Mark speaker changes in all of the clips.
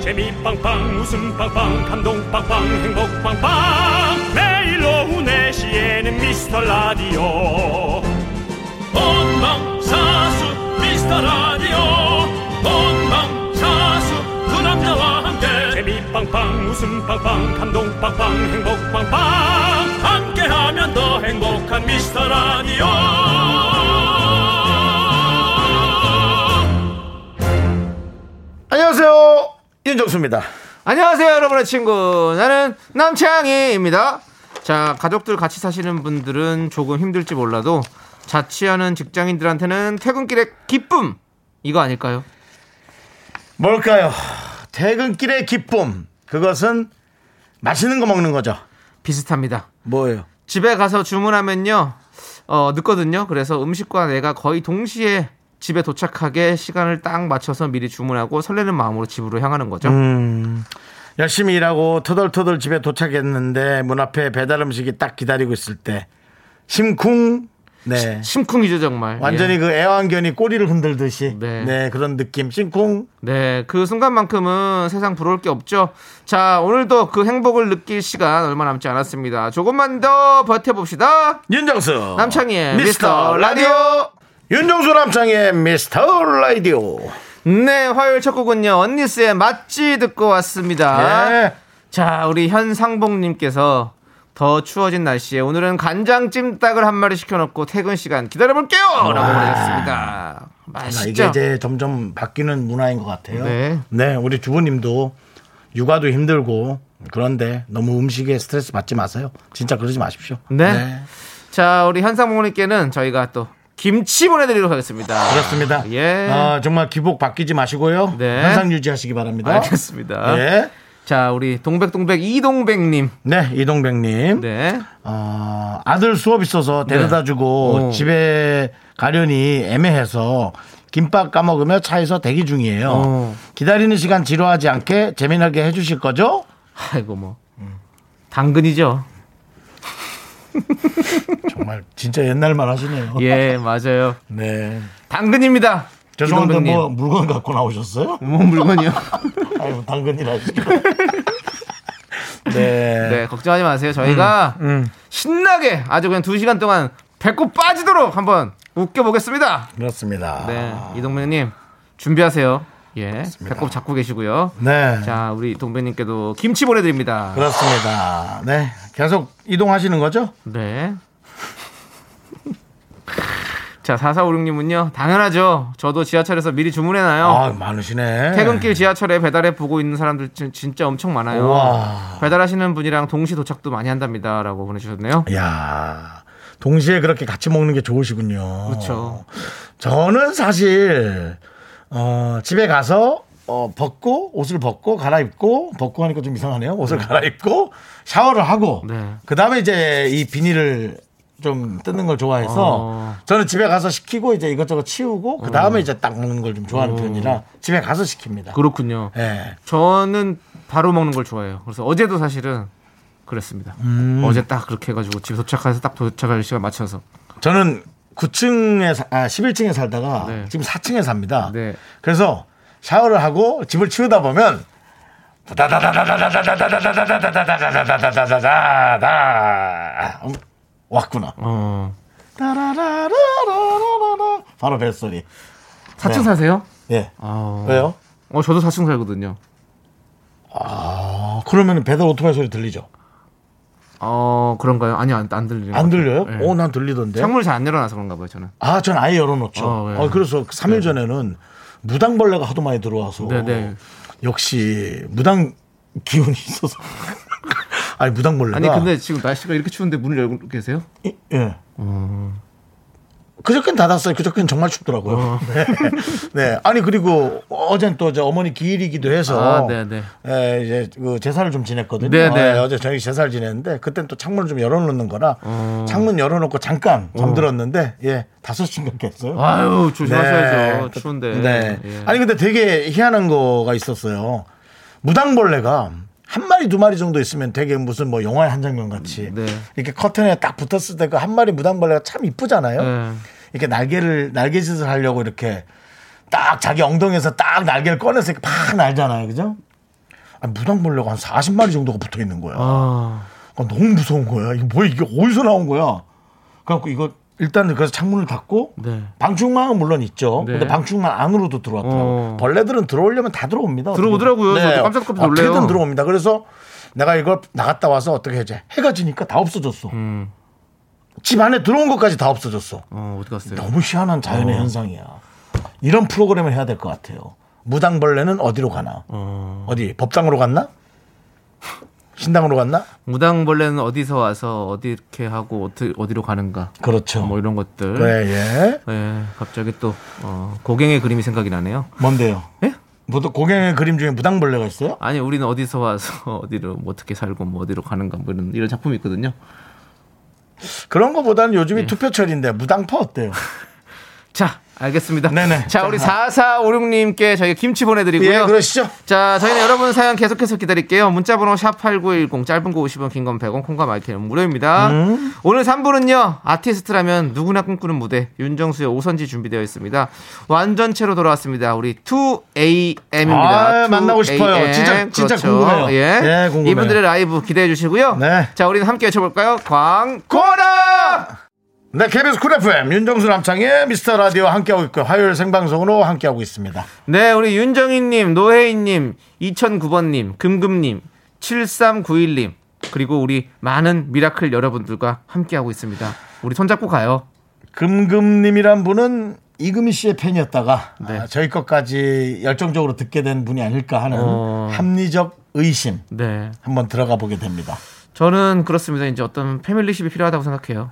Speaker 1: 재미 빵빵 웃음 빵빵 감동 빵빵 행복 빵빵 매일 오후 4시에는 미스터 라디오 본방사수 미스터 라디오 본방사수 두 남자와 함께 재미 빵빵 웃음 빵빵 감동 빵빵 행복 빵빵 함께하면 더 행복한 미스터 라디오
Speaker 2: 안녕하세요. 윤정수입니다.
Speaker 3: 안녕하세요, 여러분의 친구. 나는 남창희입니다. 자, 가족들 같이 사시는 분들은 조금 힘들지 몰라도 자취하는 직장인들한테는 퇴근길의 기쁨! 이거 아닐까요?
Speaker 2: 뭘까요? 퇴근길의 기쁨. 그것은 맛있는 거 먹는 거죠.
Speaker 3: 비슷합니다.
Speaker 2: 뭐예요?
Speaker 3: 집에 가서 주문하면요, 어, 늦거든요. 그래서 음식과 내가 거의 동시에 집에 도착하게 시간을 딱 맞춰서 미리 주문하고 설레는 마음으로 집으로 향하는 거죠.
Speaker 2: 열심히 일하고 터덜터덜 집에 도착했는데 문 앞에 배달 음식이 딱 기다리고 있을 때 심쿵 네
Speaker 3: 심쿵이죠, 정말.
Speaker 2: 완전히
Speaker 3: 예.
Speaker 2: 그 애완견이 꼬리를 흔들듯이 네,
Speaker 3: 네.
Speaker 2: 그런 느낌 심쿵
Speaker 3: 네, 그 순간만큼은 세상 부러울 게 없죠. 자, 오늘도 그 행복을 느낄 시간 얼마 남지 않았습니다. 조금만 더 버텨봅시다.
Speaker 2: 윤정수 어,
Speaker 3: 남창희의
Speaker 2: 미스터
Speaker 3: 미스터
Speaker 2: 라디오
Speaker 3: 라디오.
Speaker 2: 윤정수 남창희의 미스터 라디오
Speaker 3: 네, 화요일 첫 곡은요, 언니스의 맞지 듣고 왔습니다.
Speaker 2: 네.
Speaker 3: 자, 우리 현상봉님께서 더 추워진 날씨에 오늘은 간장찜 닭을 한 마리 시켜놓고 퇴근 시간 기다려볼게요! 라고 보내셨습니다.
Speaker 2: 자, 아, 이게
Speaker 3: 맛있죠?
Speaker 2: 이제 점점 바뀌는 문화인 것 같아요. 네.
Speaker 3: 네.
Speaker 2: 우리 주부님도 육아도 힘들고 그런데 너무 음식에 스트레스 받지 마세요. 진짜 그러지 마십시오.
Speaker 3: 네. 자, 우리 현상봉님께는 저희가 또 김치 보내드리도록 하겠습니다.
Speaker 2: 그렇습니다.
Speaker 3: 예.
Speaker 2: 아, 정말 기복 바뀌지 마시고요.
Speaker 3: 네.
Speaker 2: 항상 유지하시기 바랍니다.
Speaker 3: 알겠습니다.
Speaker 2: 예.
Speaker 3: 자, 우리 동백동백 이동백님.
Speaker 2: 네, 이동백님.
Speaker 3: 네.
Speaker 2: 어, 아들 수업 있어서 데려다 주고
Speaker 3: 오.
Speaker 2: 집에 가려니 애매해서 김밥 까먹으며 차에서 대기 중이에요.
Speaker 3: 오.
Speaker 2: 기다리는 시간 지루하지 않게 재미나게 해주실 거죠?
Speaker 3: 아이고 뭐. 당근이죠.
Speaker 2: 정말 진짜 옛날 말 하시네요.
Speaker 3: 예, 맞아요.
Speaker 2: 네.
Speaker 3: 당근입니다.
Speaker 2: 죄송한데
Speaker 3: 이동백님.
Speaker 2: 뭐 물건 갖고 나오셨어요?
Speaker 3: 뭐 물건이요?
Speaker 2: 아유 당근이라 지금. 네. 음,
Speaker 3: 네, 걱정하지 마세요. 저희가 신나게 아주 그냥 두 시간 동안 배꼽 빠지도록 한번 웃겨보겠습니다.
Speaker 2: 그렇습니다.
Speaker 3: 네, 이동백님 준비하세요. 예, 배꼽 잡고 계시고요.
Speaker 2: 네.
Speaker 3: 자, 우리 동백님께도 김치 보내드립니다.
Speaker 2: 그렇습니다. 네. 계속 이동하시는 거죠?
Speaker 3: 네. 자, 4456님은요, 당연하죠. 저도 지하철에서 미리 주문해놔요.
Speaker 2: 아, 많으시네.
Speaker 3: 어. 퇴근길 지하철에 배달해 보고 있는 사람들 진- 진짜 엄청 많아요.
Speaker 2: 우와.
Speaker 3: 배달하시는 분이랑 동시 도착도 많이 한답니다. 라고
Speaker 2: 아,
Speaker 3: 보내주셨네요.
Speaker 2: 예. 야. 동시에 그렇게 같이 먹는 게 좋으시군요.
Speaker 3: 그렇죠.
Speaker 2: 저는 사실 어, 집에 가서 어, 벗고 옷을 벗고 갈아입고 벗고 하니까 좀 이상하네요. 옷을 갈아입고 샤워를 하고
Speaker 3: 네.
Speaker 2: 그 다음에 이제 이 비닐을 좀 뜯는 걸 좋아해서
Speaker 3: 어.
Speaker 2: 저는 집에 가서 시키고 이제 이것저것 치우고 그 다음에 이제 딱 먹는 걸 좀 좋아하는 편이라 집에 가서 시킵니다.
Speaker 3: 어. 그렇군요.
Speaker 2: 예.
Speaker 3: 저는 바로 먹는 걸 좋아해요. 그래서 어제도 사실은 그랬습니다.
Speaker 2: 음.
Speaker 3: 어제 딱 그렇게 해가지고 집 도착해서 딱 도착할 시간 맞춰서.
Speaker 2: 저는 9층에 사- 아 11층에 살다가
Speaker 3: 네.
Speaker 2: 지금 4층에 삽니다.
Speaker 3: 네.
Speaker 2: 그래서 샤워를 하고 집을 치우다 보면 다다다다다다다다다다다다다다다다다다다다다다다다 음, 왔구나.
Speaker 3: 어.
Speaker 2: 따라라라라라라라. 바로 벨소리.
Speaker 3: 4층
Speaker 2: 네.
Speaker 3: 사세요?
Speaker 2: 예.
Speaker 3: 어.
Speaker 2: 왜요?
Speaker 3: 어, 저도 4층 살거든요.
Speaker 2: 어, 그러면 배달 오토바이 소리 들리죠?
Speaker 3: 어, 그런가요? 아니요, 안, 안 들리는
Speaker 2: 안
Speaker 3: 것 같아요.
Speaker 2: 들려요?
Speaker 3: 네.
Speaker 2: 오, 난 들리던데.
Speaker 3: 창문을 잘 안 열어놔서 그런가 봐요, 저는.
Speaker 2: 아, 전 아예 열어놓죠.
Speaker 3: 어, 예.
Speaker 2: 어, 그래서 3일 전에는 무당벌레가 하도 많이 들어와서
Speaker 3: 네, 네.
Speaker 2: 역시 무당 기운이 있어서 아니 무당벌레가
Speaker 3: 아니, 근데 지금 날씨가 이렇게 추운데 문을 열고 계세요?
Speaker 2: 이- 예. 그저께는 닫았어요. 그저께는 정말 춥더라고요.
Speaker 3: 어.
Speaker 2: 네. 네. 아니 그리고 어젠 또 이제 어머니 기일이기도 해서
Speaker 3: 아, 네, 네.
Speaker 2: 예, 이제 그 제사를 좀 지냈거든요.
Speaker 3: 네, 네.
Speaker 2: 예, 어제 저녁에 제사를 지냈는데 그땐 또 창문을 좀 열어놓는 거라 창문 열어놓고 잠깐 잠들었는데 예 다섯 시간 깼어요.
Speaker 3: 아유, 조심하셔야죠.
Speaker 2: 네.
Speaker 3: 추운데.
Speaker 2: 네.
Speaker 3: 예.
Speaker 2: 아니 근데 되게 희한한 거가 있었어요. 무당벌레가 한 마리 두 마리 정도 있으면 되게 무슨 뭐 영화의 한 장면 같이
Speaker 3: 네.
Speaker 2: 이렇게 커튼에 딱 붙었을 때 그 한 마리 무당벌레가 참 이쁘잖아요.
Speaker 3: 네.
Speaker 2: 이렇게 날개를 날개짓을 하려고 이렇게 딱 자기 엉덩이에서 딱 날개를 꺼내서 이렇게 팍 날잖아요, 그죠? 무당 보려고 한 40마리 정도가 붙어 있는 거야.
Speaker 3: 아,
Speaker 2: 그러니까 너무 무서운 거야. 이게 뭐야? 이게 어디서 나온 거야? 그래갖고 이거 일단은 그래서 창문을 닫고
Speaker 3: 네.
Speaker 2: 방충망은 물론 있죠.
Speaker 3: 네.
Speaker 2: 근데 방충망 안으로도 들어왔더라고.
Speaker 3: 어.
Speaker 2: 요 벌레들은 들어오려면 다 들어옵니다. 네.
Speaker 3: 들어오더라고요. 저도 깜짝 깜짝 놀래요.
Speaker 2: 어떻게든 들어옵니다. 그래서 내가 이걸 나갔다 와서 어떻게 해제? 해가 지니까 다 없어졌어.
Speaker 3: 음.
Speaker 2: 집 안에 들어온 것까지 다 없어졌어.
Speaker 3: 어, 어디 갔어요?
Speaker 2: 너무 희한한 자연의 현상이야. 이런 프로그램을 해야 될 것 같아요. 무당벌레는 어디로 가나?
Speaker 3: 어.
Speaker 2: 어디 법당으로 갔나? 신당으로 갔나?
Speaker 3: 무당벌레는 어디서 와서 어디 이렇게 하고 어디, 어디로 가는가
Speaker 2: 그렇죠.
Speaker 3: 뭐 이런 것들.
Speaker 2: 그래, 예.
Speaker 3: 예, 갑자기 또 어, 고갱의 그림이 생각이 나네요.
Speaker 2: 뭔데요?
Speaker 3: 예?
Speaker 2: 뭐또 고갱의 그림 중에 무당벌레가 있어요?
Speaker 3: 아니 우리는 어디서 와서 어디로 뭐 어떻게 살고 뭐 어디로 가는가 뭐 이런 이런 작품이 있거든요.
Speaker 2: 그런 거보다는 요즘이 투표철인데 무당파 어때요?
Speaker 3: 자, 알겠습니다.
Speaker 2: 네네.
Speaker 3: 자, 우리
Speaker 2: 자,
Speaker 3: 4456님께 저희 김치 보내드리고요.
Speaker 2: 예, 그러시죠.
Speaker 3: 자, 저희는 여러분 사연 계속해서 기다릴게요. 문자번호 샵8910, 짧은 거 50원, 긴 건 100원, 콩과 마이크는 무료입니다.
Speaker 2: 음.
Speaker 3: 오늘 3부는요, 아티스트라면 누구나 꿈꾸는 무대, 윤정수의 오선지 준비되어 있습니다. 완전체로 돌아왔습니다. 우리 2AM입니다.
Speaker 2: 아, 만나고 싶어요. 진짜- 진짜 궁금해요.
Speaker 3: 예.
Speaker 2: 예, 궁금해요.
Speaker 3: 이분들의 라이브 기대해 주시고요.
Speaker 2: 네.
Speaker 3: 자, 우리는 함께 외쳐볼까요? 광고라!
Speaker 2: 네, KBS 쿨 FM 윤정수 남창의 미스터 라디오 함께하고 있고 화요일 생방송으로 함께하고 있습니다.
Speaker 3: 네, 우리 윤정희님, 노혜인님, 2009번님, 금금님, 7391님, 그리고 우리 많은 미라클 여러분들과 함께하고 있습니다. 우리 손잡고 가요.
Speaker 2: 금금님이란 분은 이금희 씨의 팬이었다가
Speaker 3: 네.
Speaker 2: 아, 저희 것까지 열정적으로 듣게 된 분이 아닐까 하는
Speaker 3: 어.
Speaker 2: 합리적 의심
Speaker 3: 네.
Speaker 2: 한번 들어가 보게 됩니다.
Speaker 3: 저는 그렇습니다. 이제 어떤 패밀리십이 필요하다고 생각해요.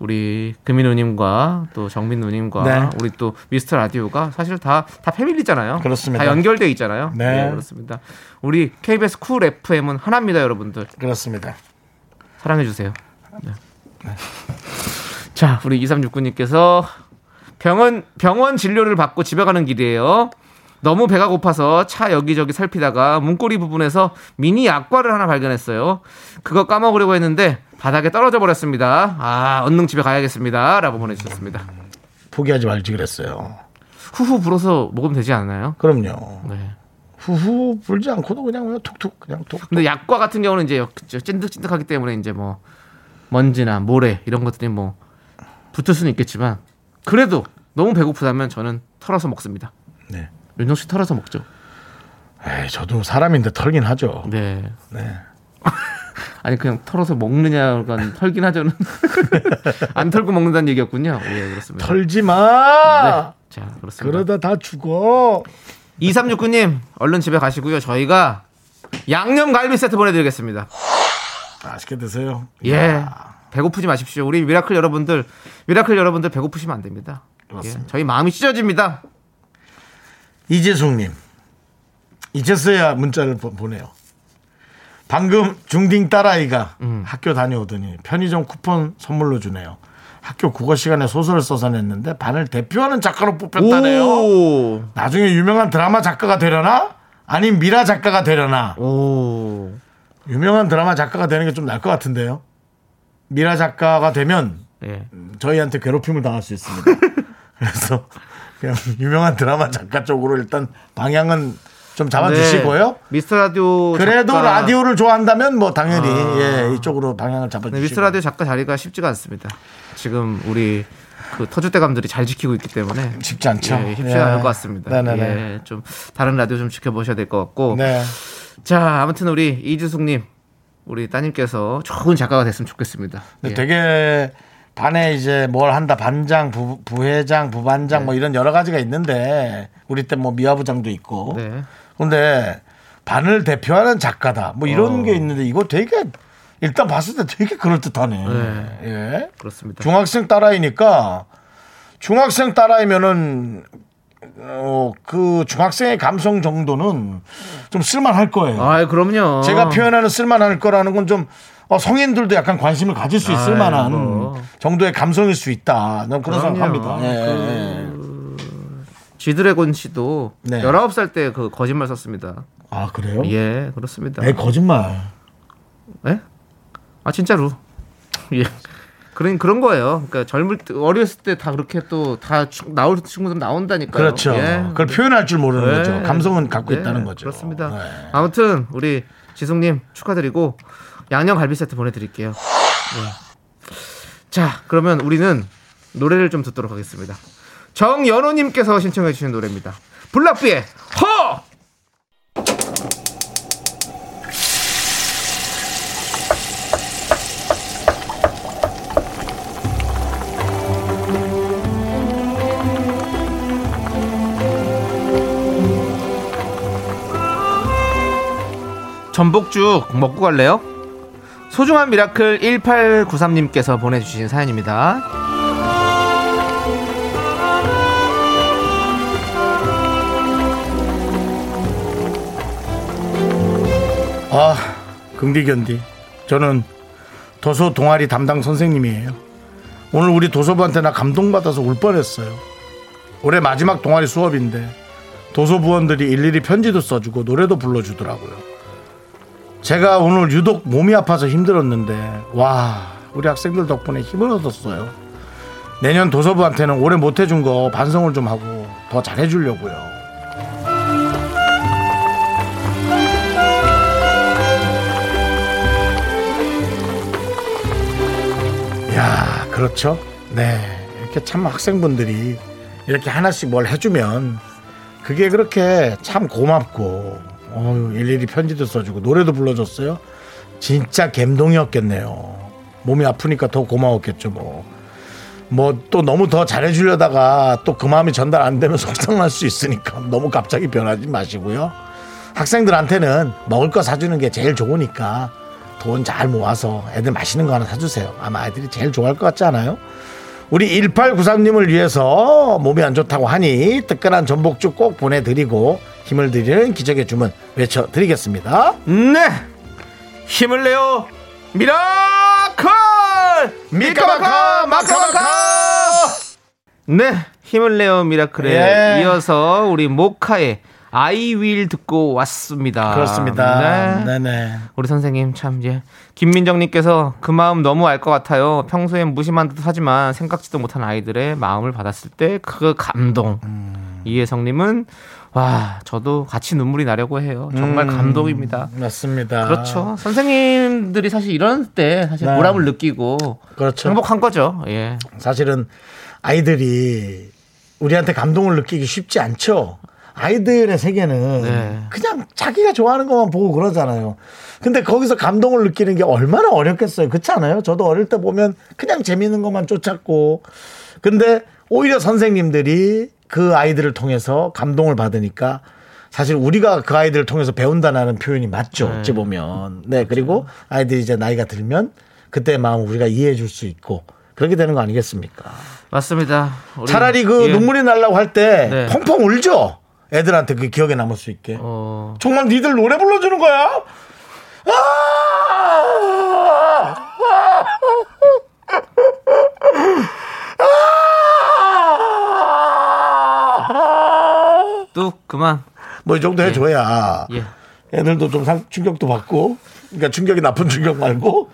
Speaker 3: 우리 금인 누님과 또 정민 누님과
Speaker 2: 네.
Speaker 3: 우리 또 미스터 라디오가 사실 다, 다 패밀리잖아요.
Speaker 2: 그렇습니다.
Speaker 3: 다 연결돼 있잖아요.
Speaker 2: 네.
Speaker 3: 네, 그렇습니다. 우리 KBS 쿨 FM은 하나입니다, 여러분들.
Speaker 2: 그렇습니다.
Speaker 3: 사랑해 주세요. 네. 자, 우리 2369님께서 병원 병원 진료를 받고 집에 가는 길이에요. 너무 배가 고파서 차 여기저기 살피다가 문고리 부분에서 미니 약과를 하나 발견했어요. 그거 까먹으려고 했는데 바닥에 떨어져 버렸습니다. 아, 얼른 집에 가야겠습니다라고 보내 주셨습니다.
Speaker 2: 포기하지 말지 그랬어요.
Speaker 3: 후후 불어서 먹으면 되지 않나요?
Speaker 2: 그럼요.
Speaker 3: 네.
Speaker 2: 후후 불지 않고도 그냥 그냥 툭툭 그냥 툭.
Speaker 3: 근데 약과 같은 경우는 이제 역- 저 찐득찐득하기 때문에 이제 뭐 먼지나 모래 이런 것들이 뭐 붙을 수는 있겠지만 그래도 너무 배고프다면 저는 털어서 먹습니다.
Speaker 2: 네.
Speaker 3: 윤정 씨 털어서 먹죠.
Speaker 2: 에이, 저도 사람인데 털긴 하죠.
Speaker 3: 네.
Speaker 2: 네.
Speaker 3: 아니 그냥 털어서 먹느냐간 털긴 하죠는 안 털고 먹는다는 얘기였군요. 예 그렇습니다.
Speaker 2: 털지 마.
Speaker 3: 네. 자 그렇습니다.
Speaker 2: 그러다 다 죽어.
Speaker 3: 2369님 얼른 집에 가시고요. 저희가 양념 갈비 세트 보내드리겠습니다.
Speaker 2: 맛있게 드세요.
Speaker 3: 예. 배고프지 마십시오. 우리 미라클 여러분들, 미라클 여러분들 배고프시면 안 됩니다. 예.
Speaker 2: 그렇습니다.
Speaker 3: 저희 마음이 찢어집니다.
Speaker 2: 이재숙님, 이제서야 문자를 보- 보내요. 방금 중딩 딸아이가 학교 다녀오더니 편의점 쿠폰 선물로 주네요. 학교 국어 시간에 소설을 써서 냈는데 반을 대표하는 작가로 뽑혔다네요.
Speaker 3: 오.
Speaker 2: 나중에 유명한 드라마 작가가 되려나? 아님 미라 작가가 되려나?
Speaker 3: 오.
Speaker 2: 유명한 드라마 작가가 되는 게 좀 나을 것 같은데요. 미라 작가가 되면
Speaker 3: 예.
Speaker 2: 저희한테 괴롭힘을 당할 수 있습니다. 그래서 그냥 유명한 드라마 작가 쪽으로 일단 방향은 좀 잡아주시고요.
Speaker 3: 미스터 라디오.
Speaker 2: 그래도
Speaker 3: 네. 작가-
Speaker 2: 라디오를 좋아한다면 뭐 당연히 예, 이쪽으로 방향을
Speaker 3: 네,
Speaker 2: 잡아주시고
Speaker 3: 미스터 라디오 작가 자리가 쉽지가 않습니다. 지금 우리 그 터줏대감들이 잘 지키고 있기 때문에.
Speaker 2: 쉽지 않죠.
Speaker 3: 예, 쉽지
Speaker 2: 예.
Speaker 3: 않을 것 같습니다.
Speaker 2: 네네네.
Speaker 3: 예, 좀 다른 라디오 좀 지켜보셔야 될 것 같고.
Speaker 2: 네.
Speaker 3: 자, 아무튼 우리 이주숙님, 우리 따님께서 좋은 작가가 됐으면 좋겠습니다.
Speaker 2: 근데
Speaker 3: 예.
Speaker 2: 되게 반에 이제 뭘 한다 반장 부, 부회장 부반장
Speaker 3: 네.
Speaker 2: 뭐 이런 여러 가지가 있는데 우리 때 뭐 미화부장도 있고
Speaker 3: 네.
Speaker 2: 근데 반을 대표하는 작가다 뭐 이런
Speaker 3: 어.
Speaker 2: 게 있는데 이거 되게 일단 봤을 때 되게 그럴듯하네
Speaker 3: 네.
Speaker 2: 예
Speaker 3: 그렇습니다.
Speaker 2: 중학생 딸아이니까 중학생 딸아이면은 어, 그 중학생의 감성 정도는 좀 쓸만할 거예요
Speaker 3: 아, 그럼요.
Speaker 2: 제가 표현하는 쓸만할 거라는 건 좀 어, 성인들도 약간 관심을 가질 수 있을
Speaker 3: 아이고.
Speaker 2: 만한 정도의 감성일 수 있다. 난 그런
Speaker 3: 그럼요.
Speaker 2: 생각합니다. 예.
Speaker 3: 지드래곤 씨도
Speaker 2: 네.
Speaker 3: 19살 때 그 거짓말 썼습니다.
Speaker 2: 아 그래요?
Speaker 3: 예, 그렇습니다.
Speaker 2: 내 거짓말.
Speaker 3: 예? 아, 진짜로. 예. 그런 그런 거예요. 그러니까 젊을 때 어렸을 때 다 그렇게 또 다 나올 친구들 나온다니까요.
Speaker 2: 그렇죠.
Speaker 3: 예.
Speaker 2: 그걸 표현할 줄 모르는
Speaker 3: 네.
Speaker 2: 거죠. 감성은 갖고
Speaker 3: 네,
Speaker 2: 있다는 거죠.
Speaker 3: 그렇습니다.
Speaker 2: 네.
Speaker 3: 아무튼 우리 지숙님 축하드리고 양념 갈비 세트 보내드릴게요. 네. 자, 그러면 우리는 노래를 좀 듣도록 하겠습니다. 정연호님께서 신청해 주신 노래입니다. 블락비의 허. 전복죽 먹고 갈래요? 소중한 미라클 1893님께서 보내주신 사연입니다.
Speaker 2: 아, 긍디견디. 저는 도서 동아리 담당 선생님이에요. 오늘 우리 도서부한테 나 감동받아서 울 뻔했어요. 올해 마지막 동아리 수업인데 도서부원들이 일일이 편지도 써주고 노래도 불러주더라고요. 제가 오늘 유독 몸이 아파서 힘들었는데 와 우리 학생들 덕분에 힘을 얻었어요. 내년 도서부한테는 올해 못해준 거 반성을 좀 하고 더 잘해주려고요. 야, 그렇죠. 네. 이렇게 참 학생분들이 이렇게 하나씩 뭘 해주면 그게 그렇게 참 고맙고, 어유 일일이 편지도 써주고, 노래도 불러줬어요. 진짜 감동이었겠네요. 몸이 아프니까 더 고마웠겠죠, 뭐. 뭐 또 너무 더 잘해주려다가 또 그 마음이 전달 안 되면 속상할 수 있으니까 너무 갑자기 변하지 마시고요. 학생들한테는 먹을 거 사주는 게 제일 좋으니까 돈 잘 모아서 애들 맛있는 거 하나 사주세요. 아마 아이들이 제일 좋아할 것 같지 않아요? 우리 1893님을 위해서 몸이 안 좋다고 하니 뜨끈한 전복죽 꼭 보내드리고 힘을 드리는 기적의 주문 외쳐드리겠습니다.
Speaker 3: 네, 힘을 내요, 미라클,
Speaker 2: 미카마카, 마카마카!
Speaker 3: 네, 힘을 내요 미라클에
Speaker 2: 예.
Speaker 3: 이어서 우리 모카의 I Will 듣고 왔습니다.
Speaker 2: 그렇습니다.
Speaker 3: 아, 네.
Speaker 2: 네네.
Speaker 3: 우리 선생님 참 이제 김민정님께서 그 마음 너무 알 것 같아요. 평소엔 무심한 듯 하지만 생각지도 못한 아이들의 마음을 받았을 때 그 감동.
Speaker 2: 음.
Speaker 3: 이혜성님은 와 저도 같이 눈물이 나려고 해요. 정말
Speaker 2: 음.
Speaker 3: 감동입니다.
Speaker 2: 맞습니다.
Speaker 3: 그렇죠. 선생님들이 사실 이런 때 사실
Speaker 2: 아. 네.
Speaker 3: 보람을 느끼고
Speaker 2: 그렇죠.
Speaker 3: 행복한 거죠. 예.
Speaker 2: 사실은 아이들이 우리한테 감동을 느끼기 쉽지 않죠. 아이들의 세계는
Speaker 3: 네.
Speaker 2: 그냥 자기가 좋아하는 것만 보고 그러잖아요. 근데 거기서 감동을 느끼는 게 얼마나 어렵겠어요. 그렇지 않아요? 저도 어릴 때 보면 그냥 재밌는 것만 쫓았고. 근데 오히려 선생님들이 그 아이들을 통해서 감동을 받으니까 사실 우리가 그 아이들을 통해서 배운다라는 표현이 맞죠. 어찌 보면. 네. 그리고 아이들이 이제 나이가 들면 그때 마음 우리가 이해해 줄 수 있고 그렇게 되는 거 아니겠습니까?
Speaker 3: 맞습니다. 우리-
Speaker 2: 차라리 그
Speaker 3: 예.
Speaker 2: 눈물이 날라고 할 때
Speaker 3: 네.
Speaker 2: 펑펑 울죠. 애들한테 그 기억에 남을 수 있게.
Speaker 3: 어,
Speaker 2: 정말 니들 노래 불러주는 거야? 아! 아!
Speaker 3: 뚝 그만.
Speaker 2: 뭐이 정도 해줘야
Speaker 3: 예.
Speaker 2: 애들도 좀 상- 충격도 받고 그러니까 충격이 나쁜 충격 말고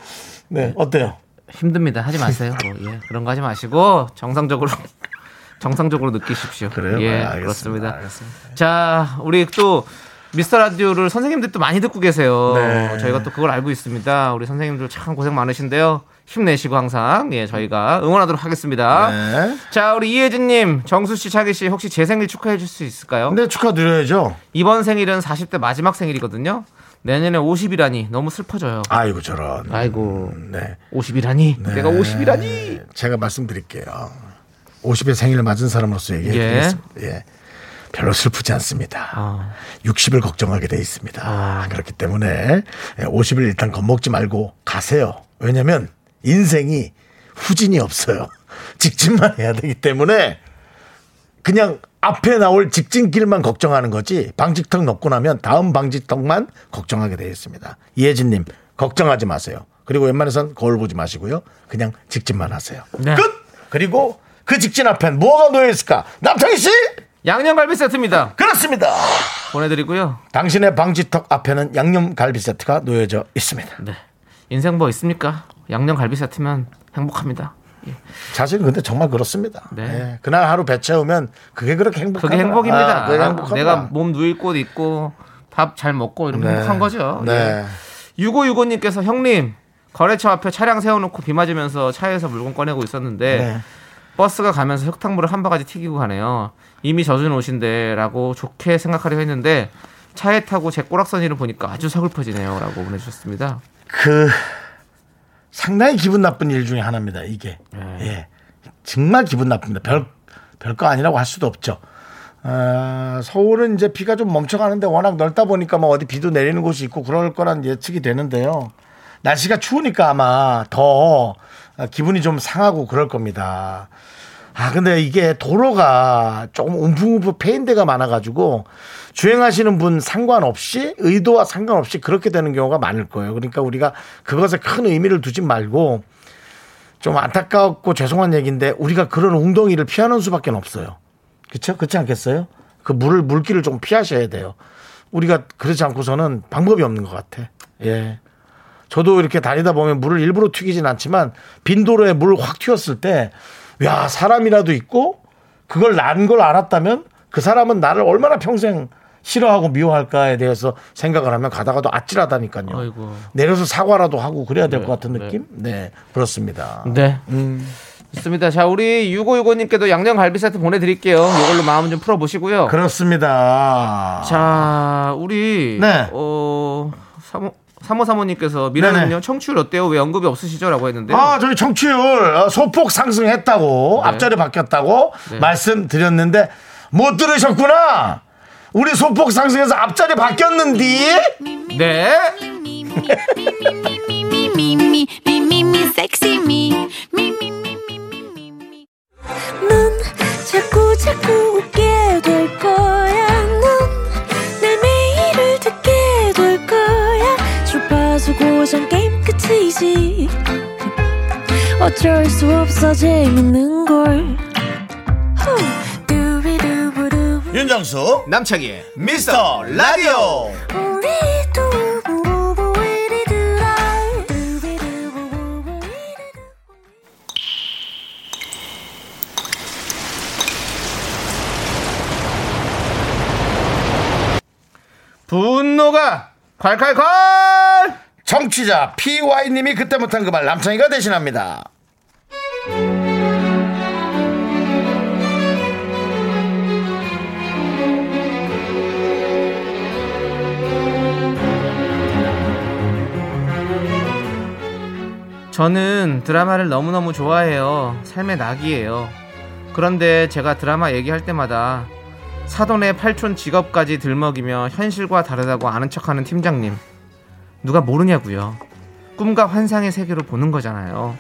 Speaker 2: 네 어때요?
Speaker 3: 힘듭니다. 하지 마세요. 뭐, 예. 그런 거 하지 마시고 정상적으로 정상적으로 느끼십시오.
Speaker 2: 그래요?
Speaker 3: 예,
Speaker 2: 아, 알겠습니다.
Speaker 3: 그렇습니다.
Speaker 2: 알겠습니다.
Speaker 3: 자, 우리 또 미스터 라디오를 선생님들 또 많이 듣고 계세요.
Speaker 2: 네.
Speaker 3: 저희가 또 그걸 알고 있습니다. 우리 선생님들 참 고생 많으신데요. 힘내시고 항상 예, 저희가 응원하도록 하겠습니다.
Speaker 2: 네.
Speaker 3: 자, 우리 이혜진 님, 정수 씨, 차기 씨 혹시 제 생일 축하해 줄 수 있을까요?
Speaker 2: 근데 네, 축하드려야죠.
Speaker 3: 이번 생일은 40대 마지막 생일이거든요. 내년에 50이라니 너무 슬퍼져요.
Speaker 2: 아이고 아, 저런.
Speaker 3: 아이고.
Speaker 2: 네.
Speaker 3: 50이라니? 내가 50이라니?
Speaker 2: 제가 말씀드릴게요. 50의 생일을 맞은 사람으로서 얘기해드리겠습니다. 예. 아. 별로 슬프지 않습니다. 60을 걱정하게 돼 있습니다. 그렇기 때문에 50을 일단 겁먹지 말고 가세요. 왜냐면 인생이 후진이 없어요. 직진만 해야 되기 때문에 그냥 앞에 나올 직진길만 걱정하는 거지 방지턱 넘고 나면 다음 방지턱만 걱정하게 되어 있습니다. 이혜진님 걱정하지 마세요. 그리고 웬만해선 거울 보지 마시고요. 그냥 직진만 하세요.
Speaker 3: 네.
Speaker 2: 끝. 그리고 그 직진 앞엔 뭐가 놓여 있을까? 남창희 씨
Speaker 3: 양념갈비 세트입니다.
Speaker 2: 그렇습니다.
Speaker 3: 보내드리고요.
Speaker 2: 당신의 방지턱 앞에는 양념 갈비 세트가 놓여져 있습니다.
Speaker 3: 네. 인생 뭐 있습니까? 양념갈비 세트면 행복합니다.
Speaker 2: 사실 근데 정말 그렇습니다.
Speaker 3: 네.
Speaker 2: 예, 그날 하루 배 채우면 그게 그렇게 행복하다.
Speaker 3: 그게 행복입니다.
Speaker 2: 아, 그게 행복하다.
Speaker 3: 내가 몸 누일 곳 있고 밥 잘 먹고 이런 게
Speaker 2: 네.
Speaker 3: 행복한 거죠.
Speaker 2: 네.
Speaker 3: 6565님께서 형님 거래처 앞에 차량 세워놓고 비 맞으면서 차에서 물건 꺼내고 있었는데
Speaker 2: 네.
Speaker 3: 버스가 가면서 흙탕물을 한 바가지 튀기고 가네요. 이미 젖은 옷인데라고 좋게 생각하려 했는데 차에 타고 제 꼬락서니를 보니까 아주 서글퍼지네요라고 보내주셨습니다.
Speaker 2: 그 상당히 기분 나쁜 일 중에 하나입니다. 이게 예 정말 기분 나쁩니다. 별 별거 아니라고 할 수도 없죠. 아, 서울은 이제 비가 좀 멈춰가는데 워낙 넓다 보니까 뭐 어디 비도 내리는 곳이 있고 그럴 거란 예측이 되는데요. 날씨가 추우니까 아마 더 기분이 좀 상하고 그럴 겁니다. 아 근데 이게 도로가 조금 움푹움푹 패인 데가 많아가지고 주행하시는 분 상관없이 의도와 상관없이 그렇게 되는 경우가 많을 거예요. 그러니까 우리가 그것에 큰 의미를 두지 말고 좀 안타깝고 죄송한 얘기인데 우리가 그런 웅덩이를 피하는 수밖에 없어요. 그렇죠? 그렇지 않겠어요? 그 물을 물기를 좀 피하셔야 돼요. 우리가 그렇지 않고서는 방법이 없는 것 같아. 예. 저도 이렇게 다니다 보면 물을 일부러 튀기진 않지만 빈도로에 물을 확 튀었을 때, 야 사람이라도 있고 그걸 난 걸 알았다면 그 사람은 나를 얼마나 평생 싫어하고 미워할까에 대해서 생각을 하면 가다가도 아찔하다니까요.
Speaker 3: 아이고.
Speaker 2: 내려서 사과라도 하고 그래야 될 것 같은
Speaker 3: 네.
Speaker 2: 느낌? 네, 그렇습니다.
Speaker 3: 네. 좋습니다. 자, 우리 6565님께도 양념갈비 세트 보내드릴게요. 이걸로 마음 좀 풀어보시고요.
Speaker 2: 그렇습니다.
Speaker 3: 자, 우리
Speaker 2: 네.
Speaker 3: 어 사모 사모 사모님께서 미라는요
Speaker 2: 네네.
Speaker 3: 청취율 어때요? 왜 언급이 없으시죠?라고 했는데
Speaker 2: 아, 저희 청취율 어, 소폭 상승했다고
Speaker 3: 네.
Speaker 2: 앞자리 바뀌었다고
Speaker 3: 네.
Speaker 2: 말씀드렸는데 못 들으셨구나. 우리 소폭 상승해서 앞자리 바뀌었는디.
Speaker 3: 네.
Speaker 4: 미미미미미미미미미미 섹시 미미미미미미미 넌 자꾸 자꾸 웃게 될 거야 넌내 매일을 듣게 될 거야 주파수 고정 게임 끝이지 어쩔 수 없어 재밌는 걸 후. 두비두부두.
Speaker 2: 윤정수
Speaker 3: 남창희의
Speaker 2: 미스터 라디오.
Speaker 4: 우리 두부부부 우리 두라. 두비두부부부 우리 두라.
Speaker 3: 분노가 콸콸콸.
Speaker 2: 정취자 PY님이 그때 못한 그 말 남창이가 대신합니다.
Speaker 3: 저는 드라마를 너무너무 좋아해요. 삶의 낙이에요. 그런데 제가 드라마 얘기할 때마다 사돈의 팔촌 직업까지 들먹이며 현실과 다르다고 아는 척하는 팀장님. 누가 모르냐고요. 꿈과 환상의 세계로 보는 거잖아요.